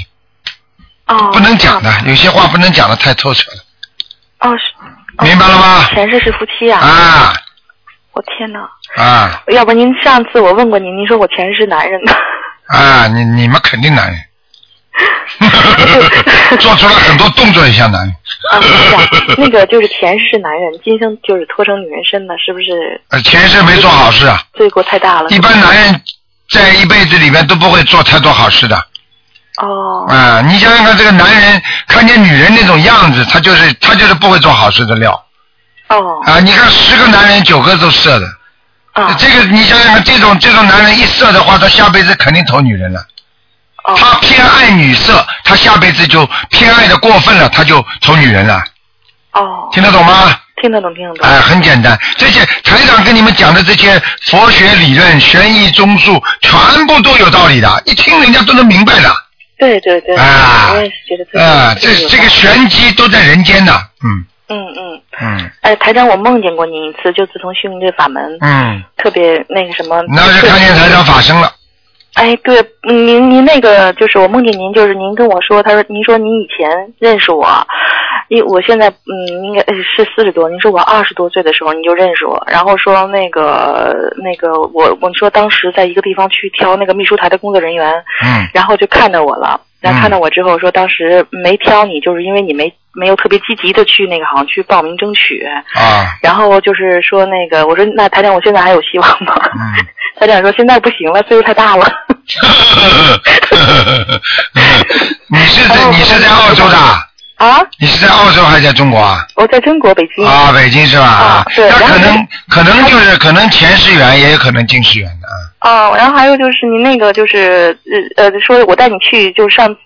Speaker 6: 哦，
Speaker 2: 不能讲
Speaker 6: 这样
Speaker 2: 的，有些话不能讲的太透彻了，
Speaker 6: 哦，是哦
Speaker 2: 明白了吗？
Speaker 6: 前世是夫妻啊！
Speaker 2: 啊
Speaker 6: 我天哪！
Speaker 2: 啊
Speaker 6: 要不您上次我问过您，您说我前世是男人 的。
Speaker 2: 啊！你你们肯定男人，做出了很多动作也像男人，
Speaker 6: 啊，不是啊，那个就是前世是男人，今生就是脱成女人身的，是不是
Speaker 2: 呃，前世没做好事啊。
Speaker 6: 罪过太大了？
Speaker 2: 一般男人在一辈子里面都不会做太多好事的
Speaker 6: 哦，
Speaker 2: 啊！你想想看，这个男人看见女人那种样子，他就是他就是不会做好事的料
Speaker 6: 哦，
Speaker 2: 啊！你看十个男人九个都色的，
Speaker 6: 啊，
Speaker 2: 这个你想想看，这种这种男人一色的话，他下辈子肯定投女人了。
Speaker 6: 哦，
Speaker 2: 他偏爱女色，他下辈子就偏爱的过分了，他就投女人了，
Speaker 6: 哦，
Speaker 2: 听得懂吗？
Speaker 6: 听得懂，听得懂。
Speaker 2: 哎，很简单，这些台长跟你们讲的这些佛学理论、玄易中术，全部都有道理的，一听人家都能明白的。
Speaker 6: 对对对，
Speaker 2: 啊
Speaker 6: 我也是觉得特别
Speaker 2: 啊，
Speaker 6: 特别
Speaker 2: 这
Speaker 6: 有
Speaker 2: 这个
Speaker 6: 道理
Speaker 2: 玄机都在人间呐，嗯
Speaker 6: 嗯嗯，
Speaker 2: 嗯
Speaker 6: 哎，台长，我梦见过您一次，就自从修您这法门，
Speaker 2: 嗯，
Speaker 6: 特别那个什么，
Speaker 2: 那是看见台长法身了，
Speaker 6: 哎，对，您您那个就是我梦见您，就是您跟我说，他说您说您以前认识我，因为我现在嗯应该呃是四十多，您说我二十多岁的时候你就认识我，然后说那个那个我我说当时在一个地方去挑那个秘书台的工作人员，
Speaker 2: 嗯
Speaker 6: 然后就看到我了，然后看到我之后说当时没挑你，就是因为你没没有特别积极的去那个好像去报名争取，
Speaker 2: 啊
Speaker 6: 然后就是说那个我说那台长我现在还有希望吗？
Speaker 2: 嗯。
Speaker 6: 台长说现在不行了，岁数太大了。
Speaker 2: 你是在你是在澳洲的？
Speaker 6: 啊，
Speaker 2: 你是在澳洲还是在中国啊？
Speaker 6: 我哦在中国北京。
Speaker 2: 啊，北京是吧？
Speaker 6: 嗯啊对
Speaker 2: 那
Speaker 6: 然后
Speaker 2: 可能
Speaker 6: 呢
Speaker 2: 可能就是可能前世缘，也有可能今世缘的啊。
Speaker 6: 啊然后还有就是您那个就是呃呃，说我带你去，就是上次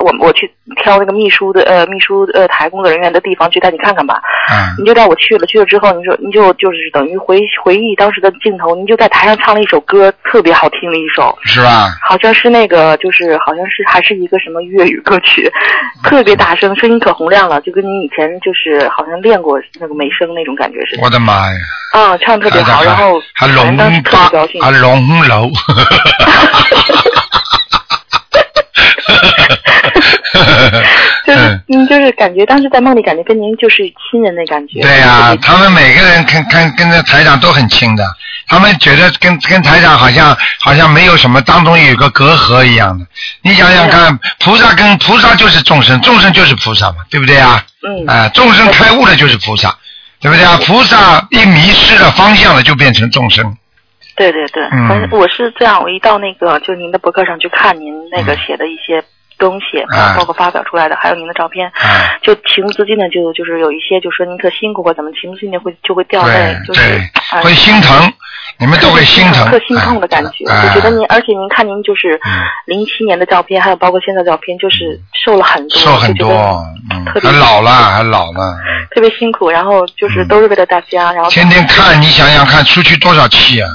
Speaker 6: 我我去挑那个秘书的呃秘书呃台工作人员的地方去带你看看吧，
Speaker 2: 嗯
Speaker 6: 你就带我去了，去了之后你说你就就是等于回回忆当时的镜头，您就在台上唱了一首歌，特别好听的一首。
Speaker 2: 是吧？
Speaker 6: 好像是那个，就是好像是还是一个什么粤语歌曲，
Speaker 2: 嗯
Speaker 6: 特别大声，声音可洪亮了，就跟您以前就是好像练过那个美声那种感觉似的。
Speaker 2: 我的妈呀！
Speaker 6: 啊，唱得特别好，然后
Speaker 2: 还
Speaker 6: 反正
Speaker 2: 龙
Speaker 6: 当时特
Speaker 2: 八
Speaker 6: 别高兴
Speaker 2: 啊。龙 楼，
Speaker 6: 就是嗯，就是感觉当时在梦里，感觉跟您就是亲人的感觉。
Speaker 2: 对呀、他们每个人看看跟着台长都很亲的，他们觉得跟跟台长好像好像没有什么，当中有个隔阂一样的。你想想
Speaker 6: 啊
Speaker 2: 看，菩萨跟菩萨就是众生，众生就是菩萨嘛，对不对啊？
Speaker 6: 嗯，
Speaker 2: 啊、众生开悟了就是菩萨，对不对啊？菩萨一迷失了方向了，就变成众生。
Speaker 6: 对对对，
Speaker 2: 嗯
Speaker 6: 反正我是这样，我一到那个就您的博客上去看您那个
Speaker 2: 嗯
Speaker 6: 写的一些东西，
Speaker 2: 啊
Speaker 6: 包括发表出来的，还有您的照片，
Speaker 2: 啊
Speaker 6: 就情不自禁的就就是有一些就说您特辛苦或怎么，情不自禁的会就会掉泪
Speaker 2: 对，
Speaker 6: 就是
Speaker 2: 对，
Speaker 6: 啊
Speaker 2: 会心疼，你们都会心疼，
Speaker 6: 特心痛的感觉，
Speaker 2: 啊、
Speaker 6: 我觉得您，而且您看您就是
Speaker 2: 嗯
Speaker 6: 零七年的照片，还有包括现在的照片，就是瘦了很多，
Speaker 2: 受很
Speaker 6: 就觉
Speaker 2: 多
Speaker 6: 得，
Speaker 2: 嗯，
Speaker 6: 特别
Speaker 2: 还老了，还老了，
Speaker 6: 特别辛苦，然后就是都是为了大家，然后
Speaker 2: 天天看，你想想看，出去多少气啊！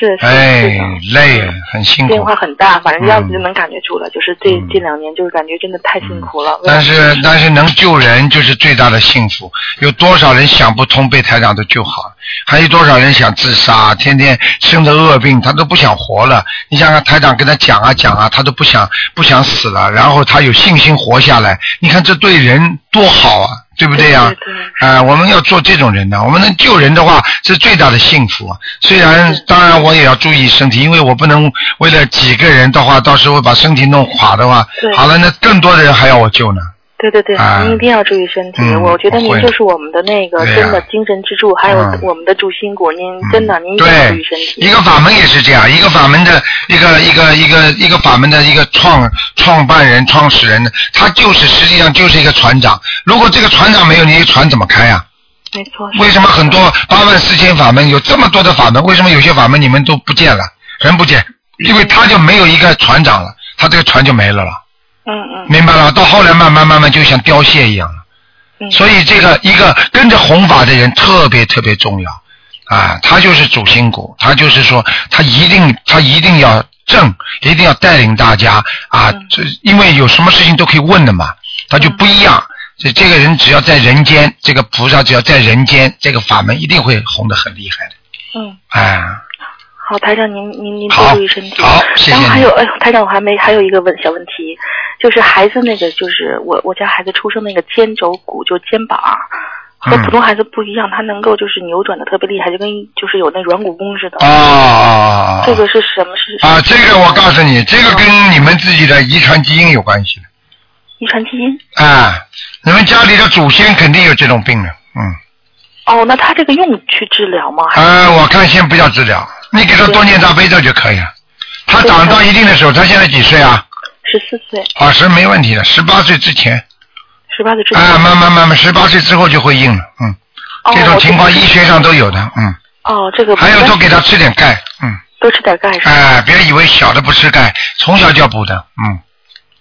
Speaker 6: 是是
Speaker 2: 哎
Speaker 6: 是的，
Speaker 2: 累，很辛
Speaker 6: 变
Speaker 2: 苦
Speaker 6: 化。很大，反正
Speaker 2: 嗯
Speaker 6: 样子就能感觉出来，就是这
Speaker 2: 嗯
Speaker 6: 这两年就是感觉真的太辛苦了。
Speaker 2: 但是但是能救人就是最大的幸福。有多少人想不通被台长都救好，还有多少人想自杀，天天生着恶病，他都不想活了。你想想，台长跟他讲啊讲啊，他都不想不想死了，然后他有信心活下来。你看这对人多好啊，对不对呀、
Speaker 6: 对对对
Speaker 2: 啊、我们要做这种人呢，我们能救人的话是最大的幸福啊。虽然当然我也要注意身体，因为我不能为了几个人的话，到时候把身体弄垮的话，
Speaker 6: 对
Speaker 2: 好了，那更多的人还要我救呢。
Speaker 6: 对对对，
Speaker 2: 啊
Speaker 6: 您一定要注意身体。
Speaker 2: 嗯
Speaker 6: 我觉得
Speaker 2: 我
Speaker 6: 您
Speaker 2: 会
Speaker 6: 就是我们的那个
Speaker 2: 对呀
Speaker 6: 真的精神支柱，还有
Speaker 2: 嗯
Speaker 6: 我们的主心骨。您
Speaker 2: 嗯
Speaker 6: 真的，您一定要注
Speaker 2: 对
Speaker 6: 意身
Speaker 2: 一
Speaker 6: 体。
Speaker 2: 个法门也是这样，一个法门的一个一个一个一个法门的一个创创办人、创始人，他就是实际上就是一个船长。如果这个船长没有，你船怎么开呀、
Speaker 6: 没错。
Speaker 2: 为什么很多八万四千法门有这么多的法门？为什么有些法门你们都不见了，人不见？因为他就没有一个船长了，他这个船就没了了，
Speaker 6: 嗯嗯
Speaker 2: 明白了？到后来慢慢慢慢就像凋谢一样了。
Speaker 6: 嗯，
Speaker 2: 所以这个一个跟着弘法的人特别特别重要啊，他就是主心骨，他就是说他一定他一定要正，一定要带领大家啊，
Speaker 6: 嗯
Speaker 2: 这因为有什么事情都可以问的嘛，他就不一样。这这个人只要在人间，这个菩萨只要在人间，这个法门一定会红得很厉害的。
Speaker 6: 嗯，
Speaker 2: 哎，
Speaker 6: 好，台长您您您
Speaker 2: 好
Speaker 6: 多注意身体。
Speaker 2: 好谢谢
Speaker 6: 然后还
Speaker 2: 你
Speaker 6: 有，哎呦，台长我还没还有一个问小问题，就是孩子那个就是我我家孩子出生那个肩肘骨，就肩膀。和
Speaker 2: 嗯
Speaker 6: 普通孩子不一样，他能够就是扭转的特别厉害，就跟就是有那软骨功似的。
Speaker 2: 哦哦哦
Speaker 6: 这
Speaker 2: 哦
Speaker 6: 个是什么？是
Speaker 2: 啊，这个我告诉你，这个跟你们自己的遗传基因有关系的
Speaker 6: 遗传基因。
Speaker 2: 啊，你们家里的祖先肯定有这种病的，嗯。
Speaker 6: 哦，那他这个用去治疗吗？还
Speaker 2: 呃，我看先不要治疗，你给他多念大悲咒就可以了。他长到一定的时候，他现在几岁啊？
Speaker 6: 十四岁，
Speaker 2: 啊，是没问题的，十八岁之前
Speaker 6: 十八岁之前。
Speaker 2: 啊，慢慢慢慢，十八岁之后就会硬了，嗯，
Speaker 6: 哦
Speaker 2: 这种情况医学上都有的，嗯，
Speaker 6: 哦，这个不
Speaker 2: 还有
Speaker 6: 但
Speaker 2: 多给他吃点钙，嗯，
Speaker 6: 多吃点钙是吧？
Speaker 2: 哎、别以为小的不吃钙，从小就要补的，嗯，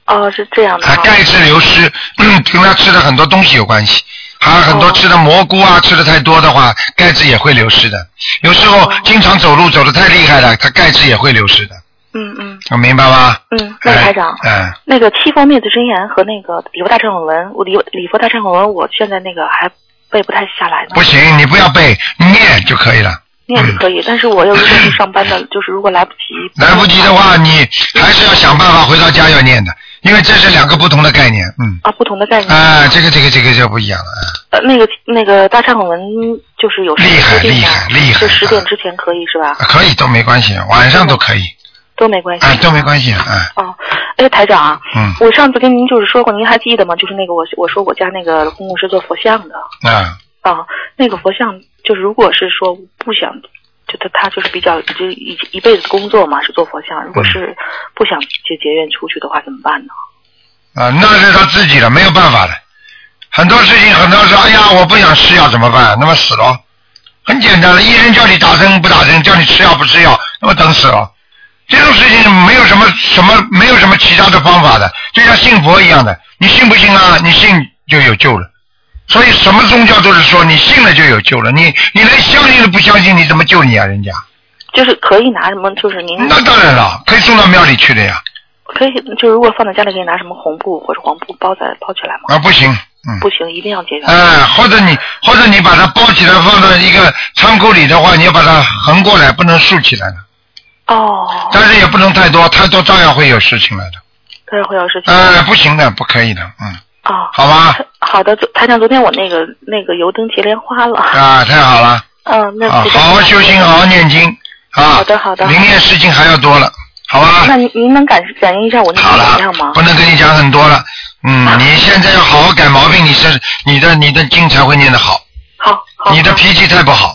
Speaker 6: 哦，是这样的
Speaker 2: 啊，钙质流失、嗯跟他吃的很多东西有关系，还有很多
Speaker 6: 哦
Speaker 2: 吃的蘑菇啊，吃的太多的话，钙质也会流失的。有时候
Speaker 6: 哦
Speaker 2: 经常走路走的太厉害了，他钙质也会流失的，
Speaker 6: 嗯嗯
Speaker 2: 我明白吗？
Speaker 6: 嗯，那台长，
Speaker 2: 哎哎
Speaker 6: 那个七佛灭罪真言和那个礼佛大忏悔文，我礼礼佛大忏悔文，我现在那个还背不太下来呢
Speaker 2: 不，行，你不要背，念就可以了。
Speaker 6: 念是可以，但是我要如果是上班的，就是如果来不及，
Speaker 2: 来不及的话，你还是要想办法回到家要念的，因为这是两个不同的概念。嗯，
Speaker 6: 啊，不同的概念，
Speaker 2: 啊，这个这个这个就不一样了。啊
Speaker 6: 呃，那个那个大忏悔文就是有时间
Speaker 2: 厉害
Speaker 6: 规定的
Speaker 2: 厉害厉害啊
Speaker 6: 就十点之前可以是吧？
Speaker 2: 可以都没关系，晚上都可以，
Speaker 6: 都没关系，
Speaker 2: 啊，都没关系，啊，
Speaker 6: 哦，哎，台长啊，
Speaker 2: 嗯
Speaker 6: 我上次跟您就是说过，您还记得吗？就是那个我我说我家那个公公是做佛像的
Speaker 2: 啊，
Speaker 6: 啊，那个佛像就是如果是说不想，就他他就是比较就是一一辈子的工作嘛是做佛像，
Speaker 2: 嗯
Speaker 6: 如果是不想就结缘出去的话怎么办呢？
Speaker 2: 啊，那是他自己的，没有办法的。很多事情，很多人说，哎呀，我不想吃药怎么办？那么死咯，很简单了，医生叫你打针不打针，叫你吃药不吃药，那么等死了。这种事情没有什么什么，没有什么其他的方法的，就像信佛一样的，你信不信啊？你信就有救了。所以什么宗教都是说你信了就有救了，你你连相信都不相信，你怎么救你啊？人家
Speaker 6: 就是可以拿什么？就是您
Speaker 2: 那当然了，可以送到庙里去的呀。
Speaker 6: 可以就如果放在家里可以拿什么红布或者黄布包在包起来吗？
Speaker 2: 啊，不行，嗯，
Speaker 6: 不行，一定要结缘。
Speaker 2: 哎，或者你或者你把它包起来放到一个仓库里的话，你要把它横过来，不能竖起来了。
Speaker 6: 哦，
Speaker 2: 但是也不能太多，太多照样会有事情来的。
Speaker 6: 但是会有事情
Speaker 2: 哎，不行的，不可以的，嗯，
Speaker 6: 啊。
Speaker 2: 好吧，
Speaker 6: 好的，昨台长，昨天我那个那个油灯结莲花了。
Speaker 2: 啊，太好了，
Speaker 6: 嗯，那
Speaker 2: 啊，
Speaker 6: 其他
Speaker 2: 好好修心，好好念经，啊，
Speaker 6: 好的好的
Speaker 2: 明年事情还要多了，好吧？
Speaker 6: 那您您能感感应一下我那
Speaker 2: 好
Speaker 6: 个
Speaker 2: 了
Speaker 6: 怎么样吗，？
Speaker 2: 不能跟你讲很多了，嗯，你现在要好好改毛病，你是你的你的经才会念得好，
Speaker 6: 好，好，
Speaker 2: 你的脾气太不好，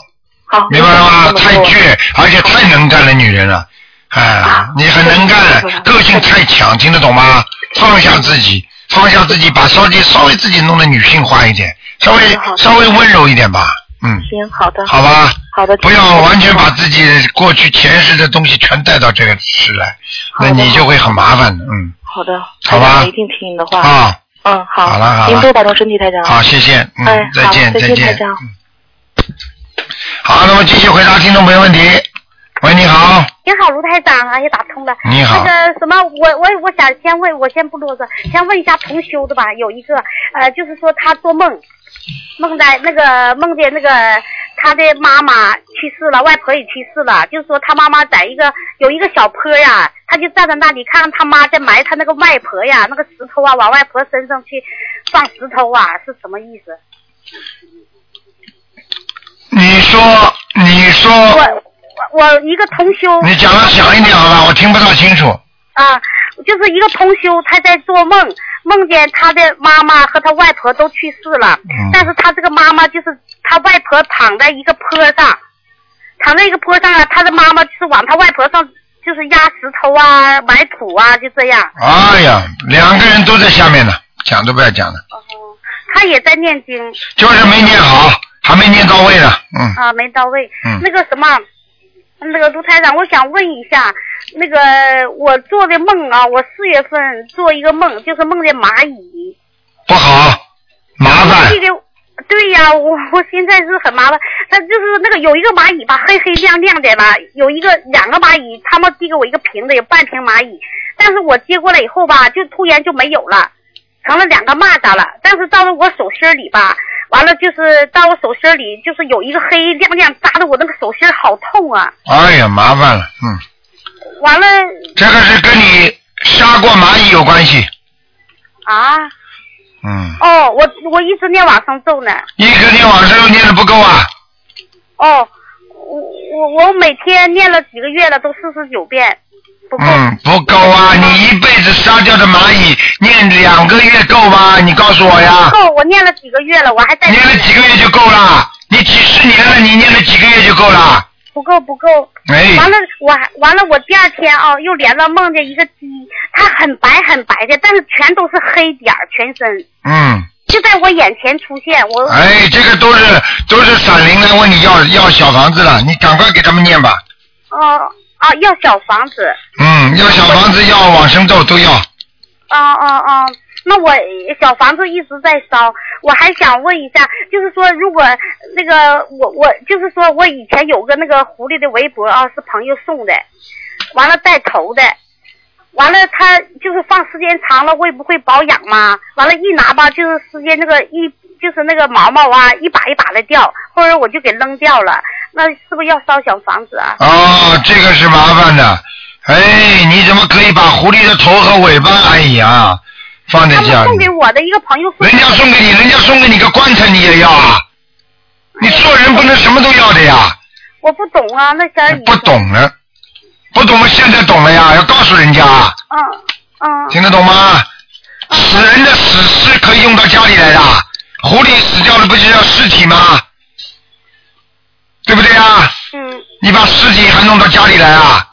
Speaker 6: 好，
Speaker 2: 明白了吗？
Speaker 6: 那
Speaker 2: 太
Speaker 6: 我
Speaker 2: 倔，而且太能干的女人了，哎
Speaker 6: 啊，
Speaker 2: 你很能
Speaker 6: 是是是
Speaker 2: 干，个性太强，听得懂吗？放下自己，放下自己，把稍微稍微自己弄得女性化一点，稍微
Speaker 6: 好的
Speaker 2: 稍微温柔一点吧，嗯，
Speaker 6: 行，好的，
Speaker 2: 好吧。
Speaker 6: 好的，
Speaker 2: 不要完全
Speaker 6: 嗯
Speaker 2: 把自己过去前世的东西全带到这个世来，那
Speaker 6: 好的
Speaker 2: 你就会很麻烦的，嗯。
Speaker 6: 好的，
Speaker 2: 好
Speaker 6: 台
Speaker 2: 吧
Speaker 6: 长我一定听你的话。
Speaker 2: 啊，
Speaker 6: 嗯，好，
Speaker 2: 好了好了
Speaker 6: 您多保重身体，台长。
Speaker 2: 好，谢谢，嗯
Speaker 6: 哎，，
Speaker 2: 再
Speaker 6: 好
Speaker 2: 见，
Speaker 6: 再
Speaker 2: 再
Speaker 6: 见，台
Speaker 2: 见。
Speaker 6: 长。
Speaker 2: 好，那么继续回答听众朋友问题。喂，你好，
Speaker 7: 您好，卢台长，哎呀，打通了。
Speaker 2: 你好
Speaker 7: 那个什么，我我我想先问，我先不啰嗦，先问一下同修的吧。有一个，呃，就是说他做梦，梦在那个梦见那个他的妈妈去世了，外婆也去世了。就是说他妈妈在一个有一个小坡呀，他就站在那里看他妈在埋他那个外婆呀，那个石头啊，往外婆身上去放石头啊，是什么意思？
Speaker 2: 你说，你
Speaker 7: 我
Speaker 2: 说，
Speaker 7: 我我一个同修，
Speaker 2: 你讲的响一点好吧，我听不大清楚。
Speaker 7: 啊，就是一个同修，他在做梦，梦见他的妈妈和他外婆都去世了，
Speaker 2: 嗯
Speaker 7: 但是他这个妈妈就是他外婆躺在一个坡上，躺在一个坡上啊，他的妈妈就是往他外婆上就是压石头啊、埋土啊，就这样。
Speaker 2: 哎呀，两个人都在下面呢，讲都不要讲了，
Speaker 7: 他也在念经
Speaker 2: 就是没念好，还没念到位呢。嗯，
Speaker 7: 啊，没到位。
Speaker 2: 嗯
Speaker 7: 那个什么，那个卢台长，我想问一下，那个我做的梦啊，我四月份做一个梦，就是梦见蚂蚁。
Speaker 2: 不好，麻烦
Speaker 7: 这。个对呀、我我现在是很麻烦，他就是那个有一个蚂蚁吧，黑黑亮亮的吧，有一个两个蚂蚁，他们递给我一个瓶子，有半瓶蚂蚁，但是我接过来以后吧，就突然就没有了，成了两个蚂蚱了，但是到了我手心儿里吧，完了就是到我手心儿里就是有一个黑亮亮扎的我那个手心儿好痛啊，
Speaker 2: 哎呀，麻烦了，嗯，
Speaker 7: 完了
Speaker 2: 这个是跟你杀过蚂蚁有关系，
Speaker 7: 啊，
Speaker 2: 嗯，
Speaker 7: 哦，我我一直念往生咒呢。
Speaker 2: 一个念往生咒念的不够啊，
Speaker 7: 哦，我我我每天念了几个月了，都四十九遍，不够。
Speaker 2: 嗯，不够啊，你一辈子杀掉的蚂蚁念两个月够吗？你告诉我
Speaker 7: 不
Speaker 2: 呀，
Speaker 7: 够，我念了几个月了，我还在
Speaker 2: 念了几个月就够了，你几十年了，你念了几个月就够了，
Speaker 7: 不够不够。
Speaker 2: 哎，
Speaker 7: 完了，我还完了，我第二天啊、又连了梦见一个鸡，它很白很白的，但是全都是黑点儿，全身
Speaker 2: 嗯，
Speaker 7: 就在我眼前出现。我、
Speaker 2: 哎，这个都是都是闪灵来问你要要小房子了，你赶快给他们念吧，
Speaker 7: 哦啊，要小房子，
Speaker 2: 嗯，要小房子要往生咒都要，
Speaker 7: 啊啊啊！那我小房子一直在烧，我还想问一下，就是说，如果那个我我就是说我以前有个那个狐狸的围脖啊，是朋友送的，完了带头的，完了他就是放时间长了会不会保养嘛？完了，一拿吧，就是时间那个一就是那个毛毛啊，一把一把的掉，或者我就给扔掉了，那是不是要烧小房子啊？
Speaker 2: 哦，这个是麻烦的。哎，你怎么可以把狐狸的头和尾巴，哎呀，放在
Speaker 7: 他
Speaker 2: 家
Speaker 7: 们送
Speaker 2: 里
Speaker 7: 给？我的一个朋友送
Speaker 2: 人
Speaker 7: 的
Speaker 2: 家送给你，人家送给你个棺材，你也要啊？你做人不能什么都要的呀！
Speaker 7: 我不懂啊，那小
Speaker 2: 你
Speaker 7: 姨
Speaker 2: 不懂了，不懂了，现在懂了呀，要告诉人家，啊
Speaker 7: 嗯嗯。
Speaker 2: 听得懂吗？死人的死尸可以用到家里来的，狐狸死掉了不就叫尸体吗？对不对呀？
Speaker 7: 嗯，
Speaker 2: 你把尸体还弄到家里来啊？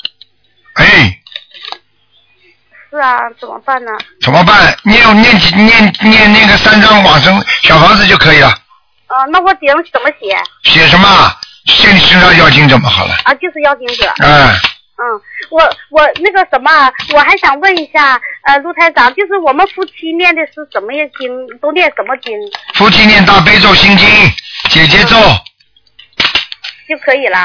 Speaker 2: 哎。
Speaker 7: 是啊，怎么办呢？
Speaker 2: 怎么办？念念几念念那个三张往生小房子就可以了。
Speaker 7: 啊、那我怎怎么写
Speaker 2: 写什么？写你身上要经怎么好了？
Speaker 7: 啊？就是邀请者。
Speaker 2: 哎、
Speaker 7: 嗯，我我那个什么，我还想问一下，呃，陆台长，就是我们夫妻念的是什么呀经？都念什么经
Speaker 2: 夫妻念大悲咒心经、姐姐咒
Speaker 7: 就可以了？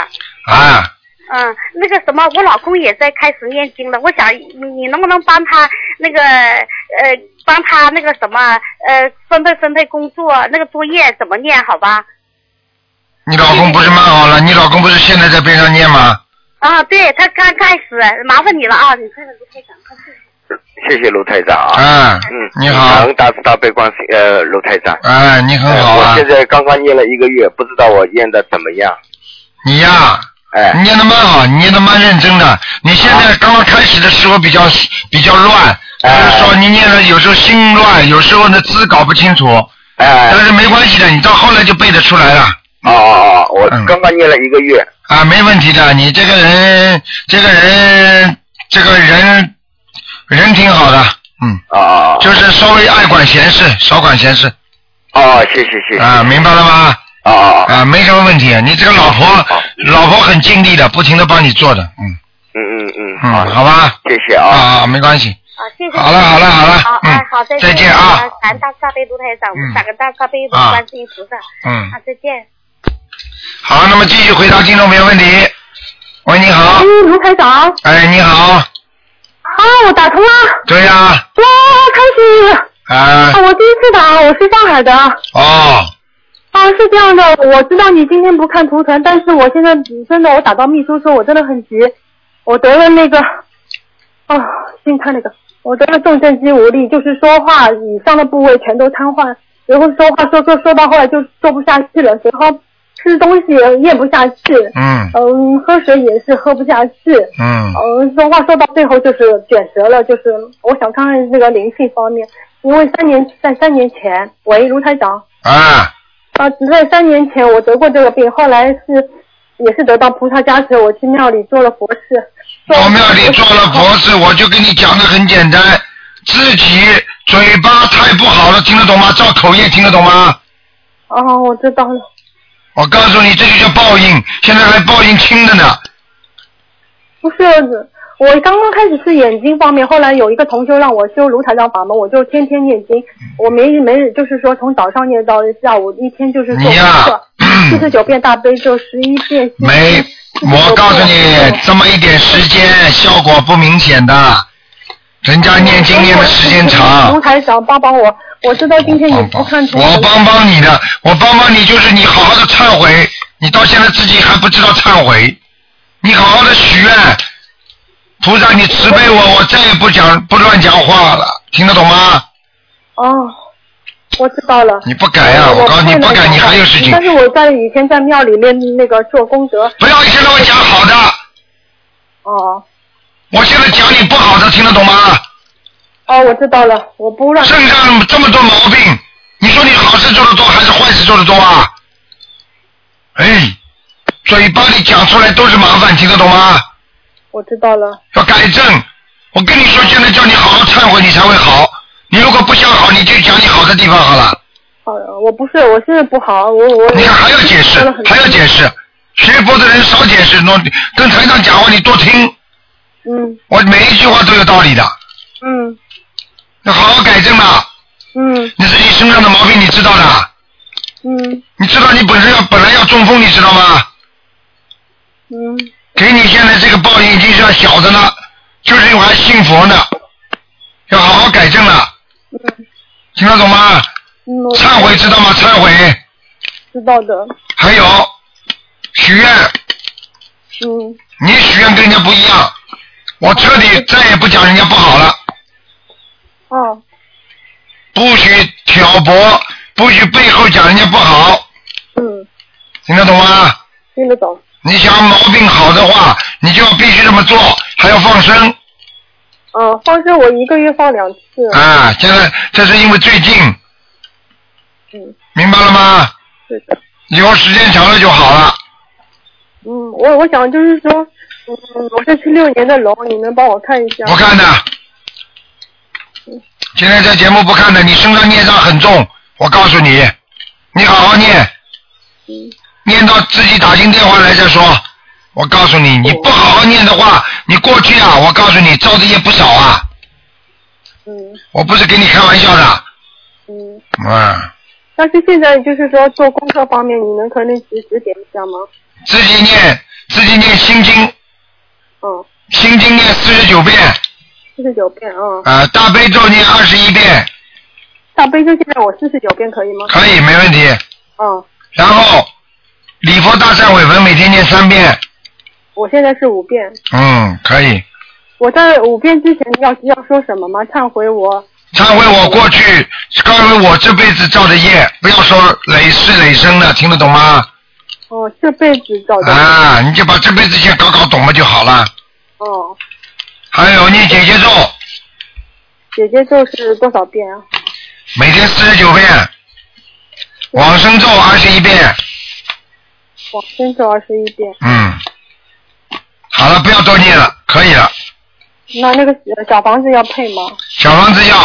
Speaker 2: 啊，
Speaker 7: 嗯，那个什么，我老公也在开始念经了，我想你你能不能帮他那个呃，帮他那个什么呃，分配分配工作，那个作业怎么念？好吧？
Speaker 2: 你老公不是蛮好了？你老公不是现在在边上念吗？
Speaker 7: 啊，对他刚开始，麻烦你了啊，你看看卢台长，快去。
Speaker 8: 谢谢卢台长啊。
Speaker 2: 啊，
Speaker 8: 嗯，
Speaker 2: 你好
Speaker 8: 感，恩大慈大悲观世呃卢台长。
Speaker 2: 哎，你很好
Speaker 8: 呃我
Speaker 2: 啊，
Speaker 8: 现在刚刚念了一个月，不知道我念的怎么样。
Speaker 2: 你呀、
Speaker 8: 哎，啊
Speaker 2: 你念的蛮好，你念的蛮认真的。你现在刚刚开始的时候比较比较乱，
Speaker 8: 哎
Speaker 2: 就是说你念的有时候心乱，有时候呢字搞不清楚。
Speaker 8: 哎，
Speaker 2: 但
Speaker 8: 哦
Speaker 2: 是没关系的，你到后来就背得出来了
Speaker 8: 哦哦，我
Speaker 2: 嗯
Speaker 8: 刚刚念了一个月。
Speaker 2: 啊，没问题的。你这个人，这个人，这个人，人挺好的，嗯，
Speaker 8: 哦哦哦
Speaker 2: 就是稍微爱管闲事，少管闲事
Speaker 8: 哦，谢谢谢谢。
Speaker 2: 啊，
Speaker 8: 哦
Speaker 2: 明白了吗？
Speaker 8: 哦哦，
Speaker 2: 啊，没什么问题。你这个老婆
Speaker 8: 好，
Speaker 2: 老婆很尽力的，不停的帮你做的，嗯
Speaker 8: 嗯嗯嗯，
Speaker 2: 嗯，好吧，
Speaker 8: 谢谢啊。
Speaker 2: 啊，没关系。
Speaker 7: 好，谢谢。
Speaker 2: 好了好了好
Speaker 7: 好
Speaker 2: 了，，嗯
Speaker 7: 哎，好，再，
Speaker 2: 再见啊，嗯
Speaker 7: 感恩大慈大悲卢台长，我们感恩大慈大悲
Speaker 2: 啊
Speaker 7: 观世音菩萨，
Speaker 2: 嗯，
Speaker 7: 啊，再见。
Speaker 2: 好，那么继续回答听众朋友问题。喂，你好，
Speaker 9: 卢台长，啊，
Speaker 2: 哎，你好，
Speaker 9: 我打通了，
Speaker 2: 对呀、啊，
Speaker 9: 哇，开始，
Speaker 2: 啊
Speaker 9: 啊，，我第一次打，我是上海的，啊，
Speaker 2: 哦。
Speaker 9: 是这样的，我知道你今天不看图腾，但是我现在真的，我打到秘书说，我真的很急，我得了那个，哦，先看那个，我得了重症肌无力，就是说话以上的部位全都瘫痪，然后说话说说说到后来就说不下去了，然后吃东西也咽不下去，
Speaker 2: 嗯
Speaker 9: 嗯，喝水也是喝不下去，
Speaker 2: 嗯
Speaker 9: 嗯，说话说到最后就是卷舌了，就是我想看看这个灵性方面，因为三年在三年前，喂，卢台长，
Speaker 2: 啊
Speaker 9: 啊，只在三年前我得过这个病，后来是也是得到菩萨加持，我去庙里做了佛事，做
Speaker 2: 到
Speaker 9: 了
Speaker 2: 庙里做了佛事，我就跟你讲的很简单，自己嘴巴太不好了，听得懂吗？造口业听得懂吗？
Speaker 9: 哦，我知道了，
Speaker 2: 我告诉你，这就叫报应，现在还报应轻的呢。
Speaker 9: 不是，我刚刚开始是眼睛方面，后来有一个同修让我修卢台长法门，我就天天念经，我没日没日就是说从早上念到下午，一天就是做功课，四十九遍大悲咒，十一遍心
Speaker 2: 嗯
Speaker 9: 经
Speaker 2: 没，我告诉你，这么一点时间效果不明显的，人家念经念的时间长
Speaker 9: 卢。台长帮帮我，我知道今天你不看图腾
Speaker 2: 我帮帮你的，我帮帮你就是你好好的忏悔，你到现在自己还不知道忏悔，你好好的许愿，菩萨你慈悲我，我再也不讲不乱讲话了，听得懂吗？
Speaker 9: 哦，我知道了。
Speaker 2: 你不改呀、
Speaker 9: 我
Speaker 2: 我告诉你
Speaker 9: 看了
Speaker 2: 不改，
Speaker 9: 一下
Speaker 2: 你还有事情
Speaker 9: 但。是我在以前在庙里面那个做功德。
Speaker 2: 不要现在我讲好的。
Speaker 9: 哦
Speaker 2: 我现在讲你不好的，听得懂吗？
Speaker 9: 哦，我知道了，我不让。
Speaker 2: 身上这么多毛病，你说你好事做的多还是坏事做的多啊？哎，嘴巴里讲出来都是麻烦，听得懂吗？
Speaker 9: 我知道了。
Speaker 2: 要改正。我跟你说，现在叫你好好忏悔，你才会好。你如果不想好，你就讲你好的地方好了。
Speaker 9: 好了，我不是，我是不好，我我。
Speaker 2: 你还要解释，还要解释。学佛的人少解释，多跟台上讲话你多听，
Speaker 9: 嗯
Speaker 2: 我每一句话都有道理的。
Speaker 9: 嗯
Speaker 2: 要好好改正了。
Speaker 9: 嗯
Speaker 2: 你自己身上的毛病你知道的，
Speaker 9: 嗯
Speaker 2: 你知道你本身要本来要中风，你知道吗？
Speaker 9: 嗯，
Speaker 2: 给你现在这个报应已经是要小的了，就是因为还信佛呢，要好好改正了。听得懂吗？
Speaker 9: 嗯我
Speaker 2: 忏悔知道吗？忏悔，
Speaker 9: 知道的。
Speaker 2: 还有许愿，
Speaker 9: 嗯，
Speaker 2: 你许愿跟人家不一样。我彻底再也不讲人家不好了，
Speaker 9: 哦
Speaker 2: 不许挑拨，不许背后讲人家不好，
Speaker 9: 嗯，
Speaker 2: 听得懂吗？
Speaker 9: 听得懂。
Speaker 2: 你想毛病好的话，你就要必须这么做，还要放生
Speaker 9: 嗯，放生我一个月放两次。
Speaker 2: 啊！现在这是因为最近，
Speaker 9: 嗯
Speaker 2: 明白了吗？
Speaker 9: 是的。
Speaker 2: 以后时间长了就好了。
Speaker 9: 嗯，我我想就是说，嗯，我是七六年的龙，你能帮我看一下？
Speaker 2: 不看的。今天这节目不看的，你身上孽障很重，我告诉你，你好好念，
Speaker 9: 嗯
Speaker 2: 念到自己打进电话来再说。我告诉你，你不好好念的话，你过去啊，我告诉你，造的业不少啊。
Speaker 9: 嗯
Speaker 2: 我不是跟你开玩笑的，
Speaker 9: 嗯，
Speaker 2: 嗯。
Speaker 9: 但是现在就是说做功课方面，你能可能指指点一下吗？
Speaker 2: 自己念，自己念心经，
Speaker 9: 嗯，
Speaker 2: 心经念四十九遍，
Speaker 9: 四十九遍啊、嗯
Speaker 2: 呃，大悲咒念二十一遍，
Speaker 9: 大悲咒现在我四十九遍可以吗？
Speaker 2: 可以，没问题。
Speaker 9: 嗯，
Speaker 2: 然后礼佛大忏悔文每天念三遍，
Speaker 9: 我现在是五遍。
Speaker 2: 嗯，可以。
Speaker 9: 我在五遍之前要要说什么吗？忏悔我。
Speaker 2: 忏悔我过去，忏悔我这辈子造的业，不要说累世累生的，听得懂吗？
Speaker 9: 哦，这辈子找的。
Speaker 2: 啊，你就把这辈子先搞搞懂了就好了。
Speaker 9: 哦，
Speaker 2: 还有念姐姐咒，
Speaker 9: 姐姐咒是多少遍啊？
Speaker 2: 每天四十九遍，往生咒二十一遍，
Speaker 9: 往生咒二十一遍。
Speaker 2: 嗯，好了，不要多念了，可以了。
Speaker 9: 那那个呃小房子要配吗？
Speaker 2: 小房子要，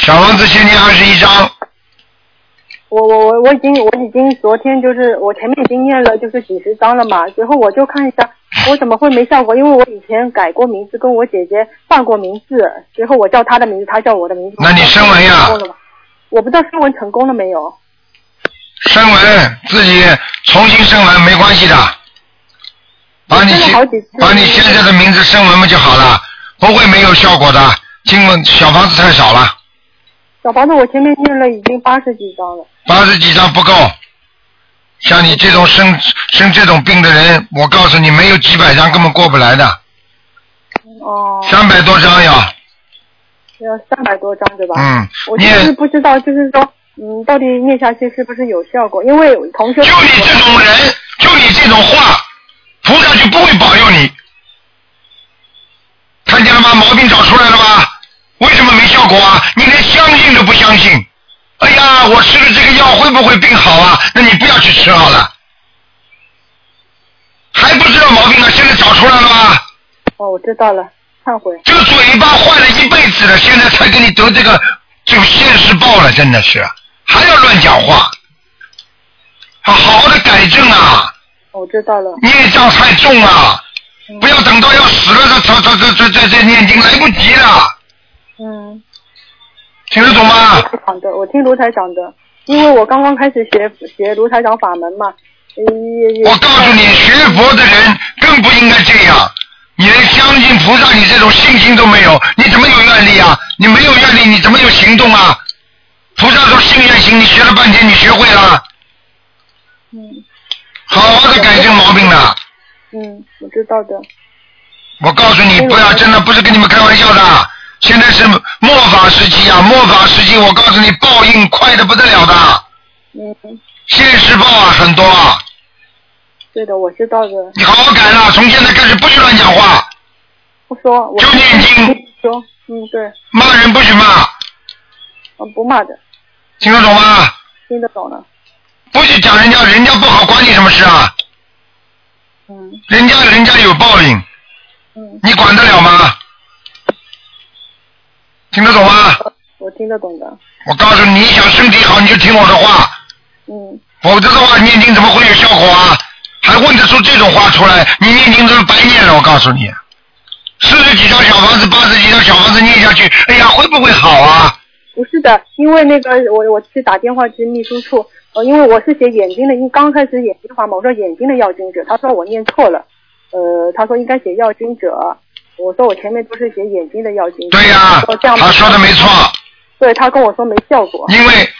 Speaker 2: 小房子先念二十一章，
Speaker 9: 我我我我已经我已经昨天就是我前面已经念了就是几十张了嘛，随后我就看一下我怎么会没效果，因为我以前改过名字，跟我姐姐换过名字，随后我叫她的名字，她叫我的名字。
Speaker 2: 那你声纹呀
Speaker 9: 成功了吗？我不知道声纹成功了没有。
Speaker 2: 声纹自己重新声纹没关系的，把你
Speaker 9: 我声了
Speaker 2: 现
Speaker 9: 好几次
Speaker 2: 把你现在的名字声纹嘛就好了，不会没有效果的。经文小房子太少了，
Speaker 9: 小房子我前面念了已经八十几张了。
Speaker 2: 八十几张不够。像你这种生生这种病的人，我告诉你，没有几百张根本过不来的，
Speaker 9: 哦，
Speaker 2: 三百多张要。
Speaker 9: 要三百多张对吧？
Speaker 2: 嗯
Speaker 9: 我，就
Speaker 2: 念
Speaker 9: 是不知道，就是说，嗯，到底念下去是不是有效果？因为同学
Speaker 2: 就你这种人，就你这种话，菩萨就不会保佑你。看见了吗？毛病找出来了吧？为什么没效果啊？你连相信都不相信。哎呀，我吃了这个药会不会病好啊？那你不要去吃好了。还不知道毛病啊？现在找出来了吧？
Speaker 9: 哦，我知道了，忏悔。
Speaker 2: 这个嘴巴坏了一辈子了，现在才给你得这个这个现世报了，真的是还要乱讲话，好好的改正啊！
Speaker 9: 我知道了，
Speaker 2: 孽障太重了，不要等到要死了才才才才才才念经，来不及了。
Speaker 9: 嗯，
Speaker 2: 听得懂吗？
Speaker 9: 好的，我听卢台长的，因为我刚刚开始学学卢台长法门嘛，哎
Speaker 2: 我告诉你，学佛的人更不应该这样。你连相信菩萨，你这种信心都没有，你怎么有愿力啊？你没有愿力，你怎么有行动啊？菩萨说信愿行，你学了半天，你学会了？嗯。好好的改正毛病了。
Speaker 9: 嗯，我知道的。
Speaker 2: 我告诉你，不要真的不是跟你们开玩笑的。现在是末法时期啊，末法时期，我告诉你，报应快的不得了的，
Speaker 9: 嗯，
Speaker 2: 现世报啊很多啊。
Speaker 9: 对的，我知道的。
Speaker 2: 你好好改了，从现在开始不许乱讲话，
Speaker 9: 不说，我就
Speaker 2: 念经。
Speaker 9: 说，嗯，对，
Speaker 2: 骂人不许骂，
Speaker 9: 我不骂的，
Speaker 2: 听得懂吗？
Speaker 9: 听得懂了。
Speaker 2: 不许讲人家，人家不好，关你什么事啊？嗯。人家人家有报应。嗯。你管得了吗？听得懂吗？
Speaker 9: 我听得懂的。
Speaker 2: 我告诉你，你想身体好，你就听我的话。
Speaker 9: 嗯。
Speaker 2: 否则的话，念经怎么会有效果啊？还问得出这种话出来？你念经都是白念了，我告诉你。四十几套小房子，八十几套小房子念下去，哎呀，会不会好啊？
Speaker 9: 不是的，因为那个我我去打电话去秘书处，呃，因为我是写眼睛的，因为刚开始眼睛的话嘛，我说眼睛的要经者，他说我念错了，呃，他说应该写要经者，我说我前面都是写眼睛的要经者。对呀、
Speaker 2: 他说的没错，
Speaker 9: 对他跟我说没效果，
Speaker 2: 因为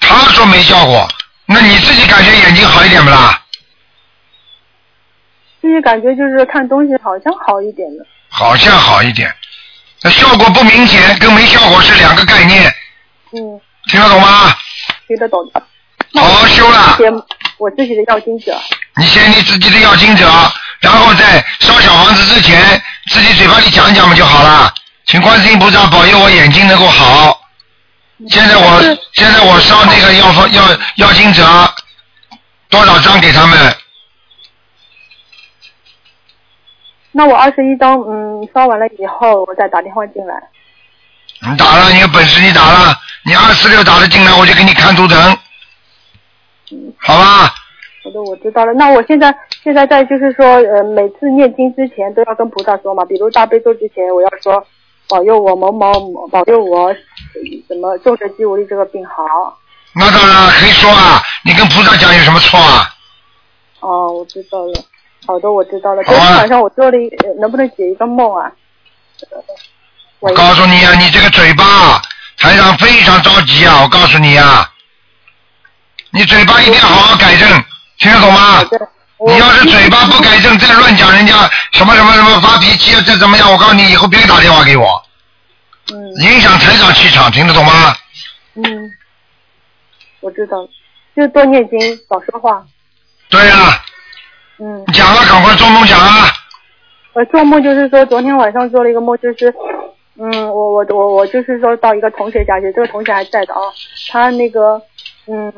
Speaker 2: 他说没效果，那你自己感觉眼睛好一点不啦？
Speaker 9: 自己感觉就是看东西好像好一点了。
Speaker 2: 好像好一点，那效果不明显，跟没效果是两个概念，
Speaker 9: 嗯，
Speaker 2: 听得懂吗？
Speaker 9: 听得懂的。
Speaker 2: 好好修啦！
Speaker 9: 我自己的要经者，
Speaker 2: 你先你自己的要经者，然后在烧小房子之前，自己嘴巴里讲一讲不就好了？请观世音菩萨保佑我眼睛能够好。现在我现在我烧那个要放要要经者多少张给他们？
Speaker 9: 那我二十一张，嗯，烧完了以后，我再打电话进来。
Speaker 2: 你打了，你有本事你打了，你二四六打得进来，我就给你看图腾，好吧？
Speaker 9: 好的，我知道了。那我现在现在在就是说，呃，每次念经之前都要跟菩萨说嘛，比如大悲咒之前，我要说保佑我某某某，保佑我呃怎么重症肌无力这个病好。
Speaker 2: 那当然可以说啊，你跟菩萨讲有什么错啊？
Speaker 9: 哦，我知道了。好的，我知道了。昨天晚上我做了一，呃能不能解一个梦啊？
Speaker 2: 我告诉你啊，你这个嘴巴，台长非常着急啊！我告诉你啊，你嘴巴一定要好好改正，听得懂吗？你要是嘴巴不改正，再乱讲人家什么什么什么发脾气啊，再怎么样，我告诉你，以后别打电话给我，影响台长气场，听得懂吗？
Speaker 9: 嗯，我知道了，就多念经，少说话。
Speaker 2: 对呀、
Speaker 9: 嗯，
Speaker 2: 讲啊，赶快做梦讲啊！
Speaker 9: 我呃做梦就是说，昨天晚上做了一个梦，就是，嗯，我我我我就是说到一个同学家去，这个同学还在的啊、他那个，嗯，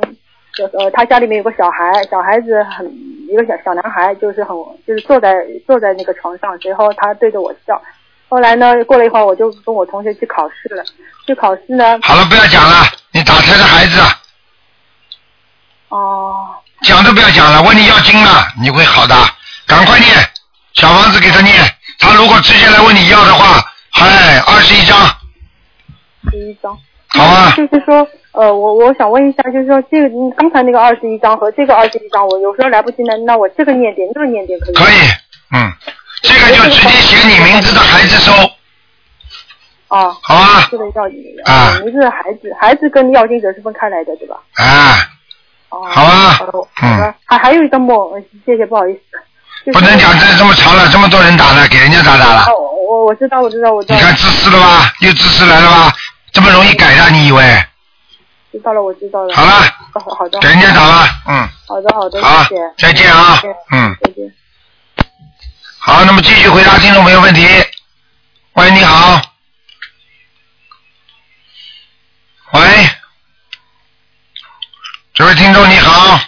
Speaker 9: 呃，他家里面有个小孩，小孩子很一个小小男孩，就是很就是坐在坐在那个床上，随后他对着我笑。后来呢，过了一会儿，我就跟我同学去考试了。去考试呢，
Speaker 2: 好了，不要讲了，你打胎的孩子，啊
Speaker 9: 哦，
Speaker 2: 讲都不要讲了，问你要经了，你会好的，赶快念，小房子给他念，他如果直接来问你要的话，哎，二十一张，
Speaker 9: 十一张。
Speaker 2: 好啊。
Speaker 9: 就是说，呃，我我想问一下，就是说这个嗯刚才那个二十一张和这个二十一张，我有时候来不及呢，那我这个念点，那个念点可以吗？可以。
Speaker 2: 嗯，这个就直接写你名字的孩子收，
Speaker 9: 哦。
Speaker 2: 好啊。
Speaker 9: 这个要紧
Speaker 2: 啊
Speaker 9: 名字孩子，孩子跟要经者是分开来的，对吧？
Speaker 2: 啊，
Speaker 9: 好
Speaker 2: 啊。
Speaker 9: 好的。还还有一个梦，呃谢谢，不好意思。
Speaker 2: 不能讲这这么长了，这么多人打了，给人家打打了，
Speaker 9: 哦，我我知道，我知道，我知道
Speaker 2: 你。看自私了吧？又自私来了吧？这么容易改的，你以为？
Speaker 9: 知道了，我知道了。
Speaker 2: 好了
Speaker 9: 哦。好的。
Speaker 2: 给人家打了，嗯，
Speaker 9: 好的，好的，
Speaker 2: 好
Speaker 9: 谢谢。
Speaker 2: 再见啊
Speaker 9: 再见，
Speaker 2: 嗯，
Speaker 9: 再见。
Speaker 2: 好，那么继续回答听众朋友问题。喂，你好。喂，这位听众你好。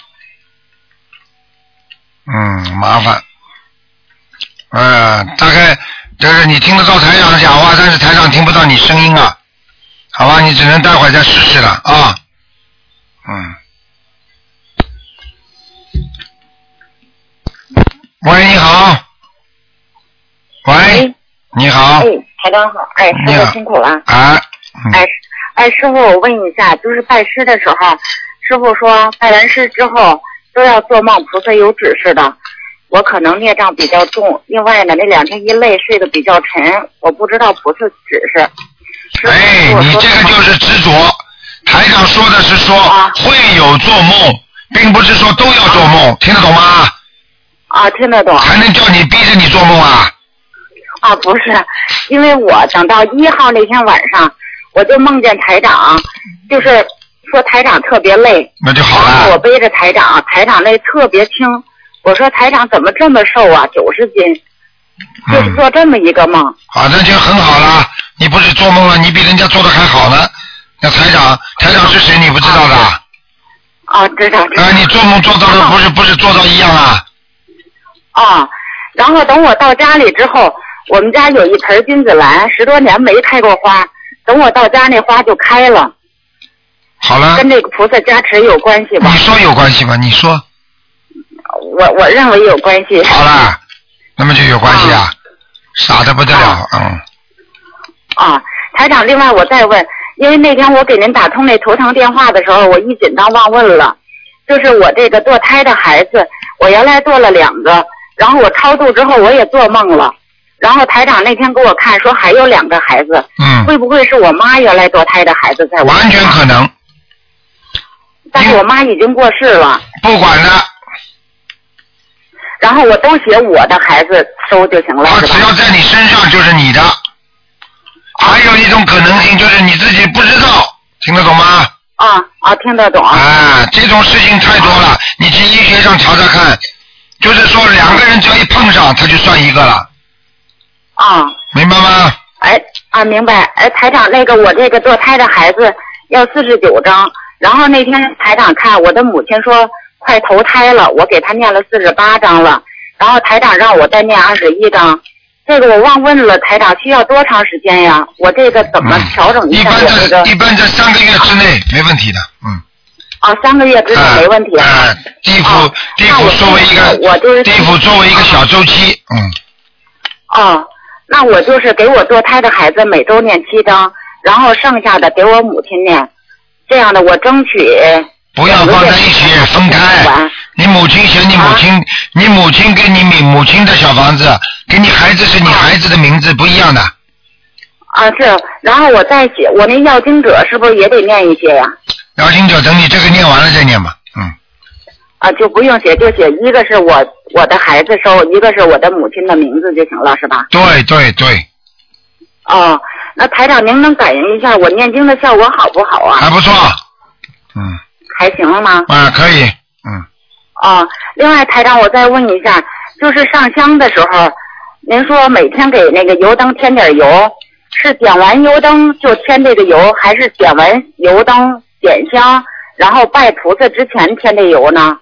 Speaker 2: 嗯，麻烦。呃，大概就是你听得到台长讲话，但是台长听不到你声音啊。好吧，你只能待会儿再试试了啊。嗯。喂，你好。喂，你好
Speaker 5: 哎，，台长好，哎，
Speaker 2: 你
Speaker 5: 师
Speaker 2: 好
Speaker 5: 傅辛苦了。
Speaker 2: 啊，
Speaker 5: 哎，哎，师傅，我问一下，就是拜师的时候，师傅说拜完师之后都要做梦，菩萨有指示的。我可能孽障比较重，另外呢，那两天一累睡得比较沉，我不知道菩萨指示。
Speaker 2: 哎，你这个就是执着。
Speaker 5: 嗯
Speaker 2: 台长说的是说
Speaker 5: 啊
Speaker 2: 会有做梦，并不是说都要做梦，听得懂吗？
Speaker 5: 啊，听得懂。
Speaker 2: 还能叫你逼着你做梦啊？
Speaker 5: 啊，不是，因为我等到一号那天晚上，我就梦见台长，就是说台长特别累，
Speaker 2: 那就好
Speaker 5: 了。啊我背着台长，台长累特别轻，我说台长怎么这么瘦啊，九十斤，就是做这么一个梦。
Speaker 2: 嗯好，那就很好啦。你不是做梦了，你比人家做的还好呢。那台长，台长是谁？你不知道的啊？
Speaker 5: 啊，知道。
Speaker 2: 啊，你做梦做到的不是不是做到一样啊？
Speaker 5: 啊，然后等我到家里之后，我们家有一盆金子兰，十多年没开过花，等我到家那花就开了。
Speaker 2: 好了，
Speaker 5: 跟这个菩萨加持有关系吧？
Speaker 2: 你说有关系吗？你说，
Speaker 5: 我我认为有关系。
Speaker 2: 好啦，那么就有关系啊，傻的不得了，嗯。
Speaker 5: 啊，台长，另外我再问，因为那天我给您打通那头疼电话的时候，我一紧张忘问了，就是我这个堕胎的孩子，我原来做了两个，然后我超度之后我也做梦了，然后台长那天给我看说还有两个孩子，
Speaker 2: 嗯
Speaker 5: 会不会是我妈原来堕胎的孩子在我？
Speaker 2: 完全可能，
Speaker 5: 但是我妈已经过世了。
Speaker 2: 不管了。
Speaker 5: 然后我都写我的孩子收就行了，是吧？
Speaker 2: 只要在你身上就是你的。还有一种可能性就是你自己不知道，听得懂吗？
Speaker 5: 啊啊，听得懂。
Speaker 2: 啊，这种事情太多了，你去医学上查查看，就是说两个人只要一碰上，他就算一个了，
Speaker 5: 啊，
Speaker 2: 明白吗？
Speaker 5: 哎啊，明白。哎，台长，那个我这个堕胎的孩子要四十九张，然后那天台长看我的母亲说快投胎了，我给她念了四十八张了，然后台长让我再念二十一张，这个我忘问了，台长需要多长时间呀？我这个怎么调整一下我这个？
Speaker 2: 嗯一般在三个月之内没问题的，嗯。
Speaker 5: 啊，三个月之内没问题啊。
Speaker 2: 哎地府地府作为一个，地府作为一个小周期，嗯，
Speaker 5: 哦，那我就是给我堕胎的孩子每周念七张，然后剩下的给我母亲念，这样的我争取
Speaker 2: 不要放在一起，
Speaker 5: 啊
Speaker 2: 分开。你母亲写你母亲，你母亲跟你母母亲的小房子，给你孩子是你孩子的名字不一样的，
Speaker 5: 啊是，然后我再写我那要经者是不是也得念一些呀、
Speaker 2: 要经者，等你这个念完了再念吧。嗯，
Speaker 5: 啊？就不用写，就写一个是我我的孩子收，一个是我的母亲的名字就行了，是吧？
Speaker 2: 对对对，
Speaker 5: 哦，那台长您能感应一下我念经的效果好不好啊？
Speaker 2: 还不错，
Speaker 5: 还行吗？
Speaker 2: 啊，可以，
Speaker 5: 哦，另外台长，我再问一下，就是上香的时候，您说每天给那个油灯添点油，是点完油灯就添这个油，还是点完油灯点香，然后拜菩萨之前添这油呢？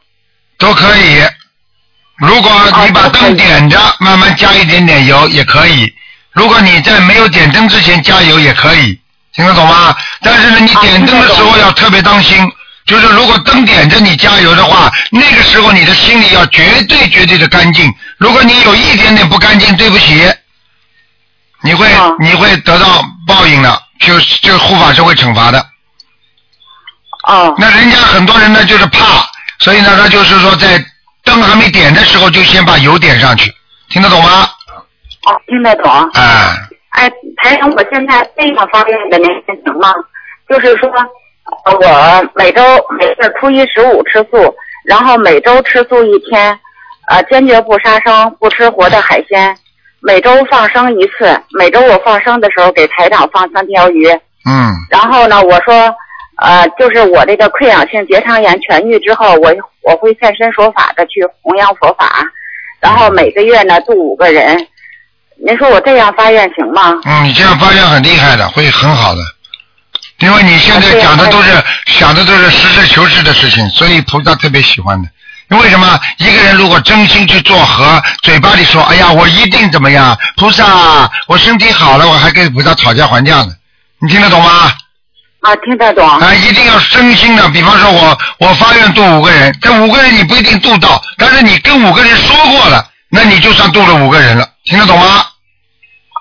Speaker 2: 都可以。如果你把灯点着，慢慢加一点点油也可以。如果你在没有点灯之前加油也可以，听得懂吗？但是呢，你点灯的时候要特别当心，就是如果灯点着你加油的话，那个时候你的心里要绝对绝对的干净。如果你有一点点不干净，对不起，你会你会得到报应的，就就护法是会惩罚的。
Speaker 5: 哦。
Speaker 2: 那人家很多人呢，就是怕，所以呢，他就是说在灯还没点的时候，就先把油点上去，听得懂吗？
Speaker 5: 哦，听得懂。
Speaker 2: 啊，
Speaker 5: 哎，台长，我现在非常方便的您行吗？就是说，呃我每周每次初一十五吃素，然后每周吃素一天，呃，坚决不杀生，不吃活的海鲜，每周放生一次，每周我放生的时候给台长放三条鱼，
Speaker 2: 嗯，
Speaker 5: 然后呢，我说，呃，就是我这个溃疡性结肠炎痊愈之后，我我会现身说法的去弘扬佛法，然后每个月呢度五个人。您说我这样发愿行吗？
Speaker 2: 嗯，你这样发愿很厉害的，会很好的，因为你现在讲的都是想的都是实事求是的事情，所以菩萨特别喜欢的。因为什么？一个人如果真心去做和嘴巴里说“哎呀，我一定怎么样”，菩萨，我身体好了，我还跟菩萨讨价还价呢。你听得懂吗？
Speaker 5: 啊，听得懂。
Speaker 2: 啊，一定要真心的。比方说我，我发愿度五个人，这五个人你不一定度到，但是你跟五个人说过了，那你就算度了五个人了，听得懂吗？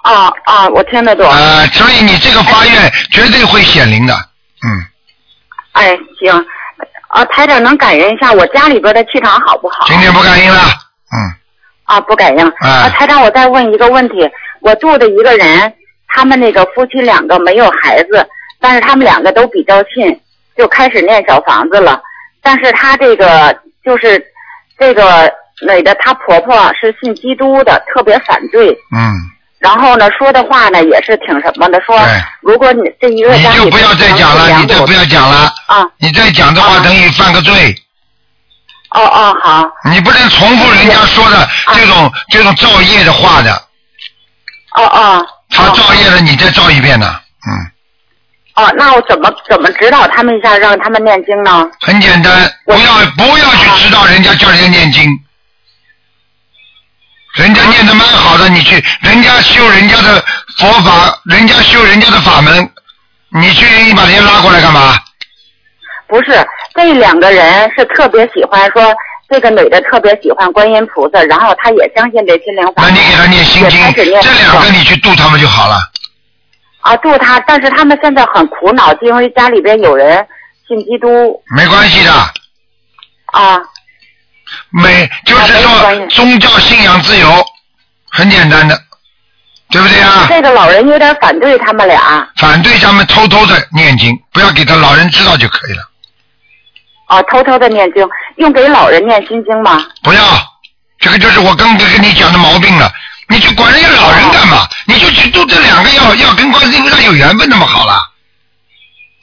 Speaker 5: 啊啊，我听得懂。
Speaker 2: 啊，所以你这个发愿绝对会显灵的。嗯
Speaker 5: 哎，行，啊，台长能感应一下我家里边的气场好不好？
Speaker 2: 今天不感应了，嗯
Speaker 5: 啊，不感应。啊，台长，我再问一个问题，我住的一个人，他们那个夫妻两个没有孩子，但是他们两个都比较信，就开始念小房子了。但是她这个就是这个女的，她婆婆是信基督的，特别反对。
Speaker 2: 嗯，
Speaker 5: 然后呢，说的话呢也是挺什么的，说如果你这一个家里
Speaker 2: 哎你就不要再讲了，你就不要讲了。
Speaker 5: 啊，
Speaker 2: 你再讲的话等于犯个罪。
Speaker 5: 哦哦，好。
Speaker 2: 你不能重复人家说的这
Speaker 5: 啊
Speaker 2: 种这种造业的话的。
Speaker 5: 哦哦。
Speaker 2: 他造业了，你再造一遍呢。嗯
Speaker 5: 哦，那我怎么怎么指导他们一下，让他们念经呢？
Speaker 2: 很简单，不要不要去指导人家叫人家念经，人家念的蛮好的，你去人家修人家的佛法，人家修人家的法门，你去把人家拉过来干嘛？
Speaker 5: 不是，这两个人是特别喜欢说，这个女的特别喜欢观音菩萨，然后她也相信这心灵法门。那你
Speaker 2: 给她念心经，这两个你去度他们就好了。
Speaker 5: 啊，度她，但是他们现在很苦恼，因为家里边有人信基督
Speaker 2: 没关系的，
Speaker 5: 啊。
Speaker 2: 啊没就是说宗教信仰自由，很简单的，对不对啊？
Speaker 5: 这个老人有点反对他们俩，
Speaker 2: 反对他们偷偷的念经，不要给他老人知道就可以了，
Speaker 5: 啊，偷偷的念经，用给老人念心经吗？
Speaker 2: 不要，这个就是我刚才跟你讲的毛病了。你去管人家老人干嘛？你就去度这两个要要跟观世音菩萨有缘分，那么好了。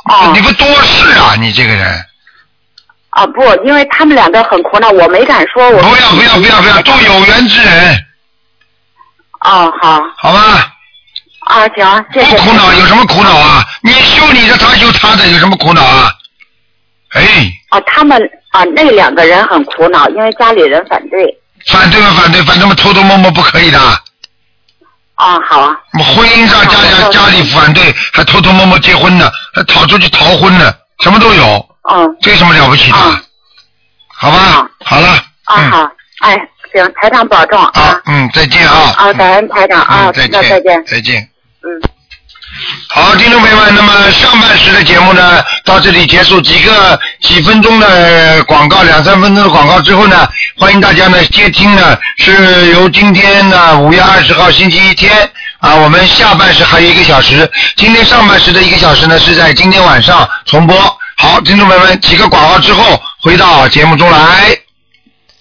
Speaker 5: 哦
Speaker 2: 你不多事啊，你这个人。
Speaker 5: 啊，不，因为他们两个很苦恼，我没敢说。我
Speaker 2: 不要不要不要不要，度有缘之人，
Speaker 5: 啊，好。
Speaker 2: 好吧？
Speaker 5: 啊，行，谢谢。
Speaker 2: 不苦恼有什么苦恼啊？你修你的，他修他的，有什么苦恼啊？哎，
Speaker 5: 啊，他们啊，那两个人很苦恼，因为家里人反对。
Speaker 2: 反对嘛反对，反正嘛偷偷摸摸不可以的。
Speaker 5: 啊，好啊。
Speaker 2: 我们婚姻上家家家里反对，还偷偷摸摸结婚呢，还逃出去逃婚呢，什么都有。
Speaker 5: 嗯。
Speaker 2: 这有什么了不起的？好吧，好了，
Speaker 5: 啊，好，哎，行，台长保重啊。
Speaker 2: 嗯，再见啊。
Speaker 5: 啊，感恩台长啊，
Speaker 2: 嗯再
Speaker 5: 那
Speaker 2: 见，
Speaker 5: 再见。嗯
Speaker 2: 再见。好，听众朋友们，那么上半时的节目呢，到这里结束，几个几分钟的广告，两三分钟的广告之后呢，欢迎大家呢接听呢，是由今天呢五月二十号星期一天啊，我们下半时还有一个小时，今天上半时的一个小时呢是在今天晚上重播。好，听众朋友们，几个广告之后回到节目中来。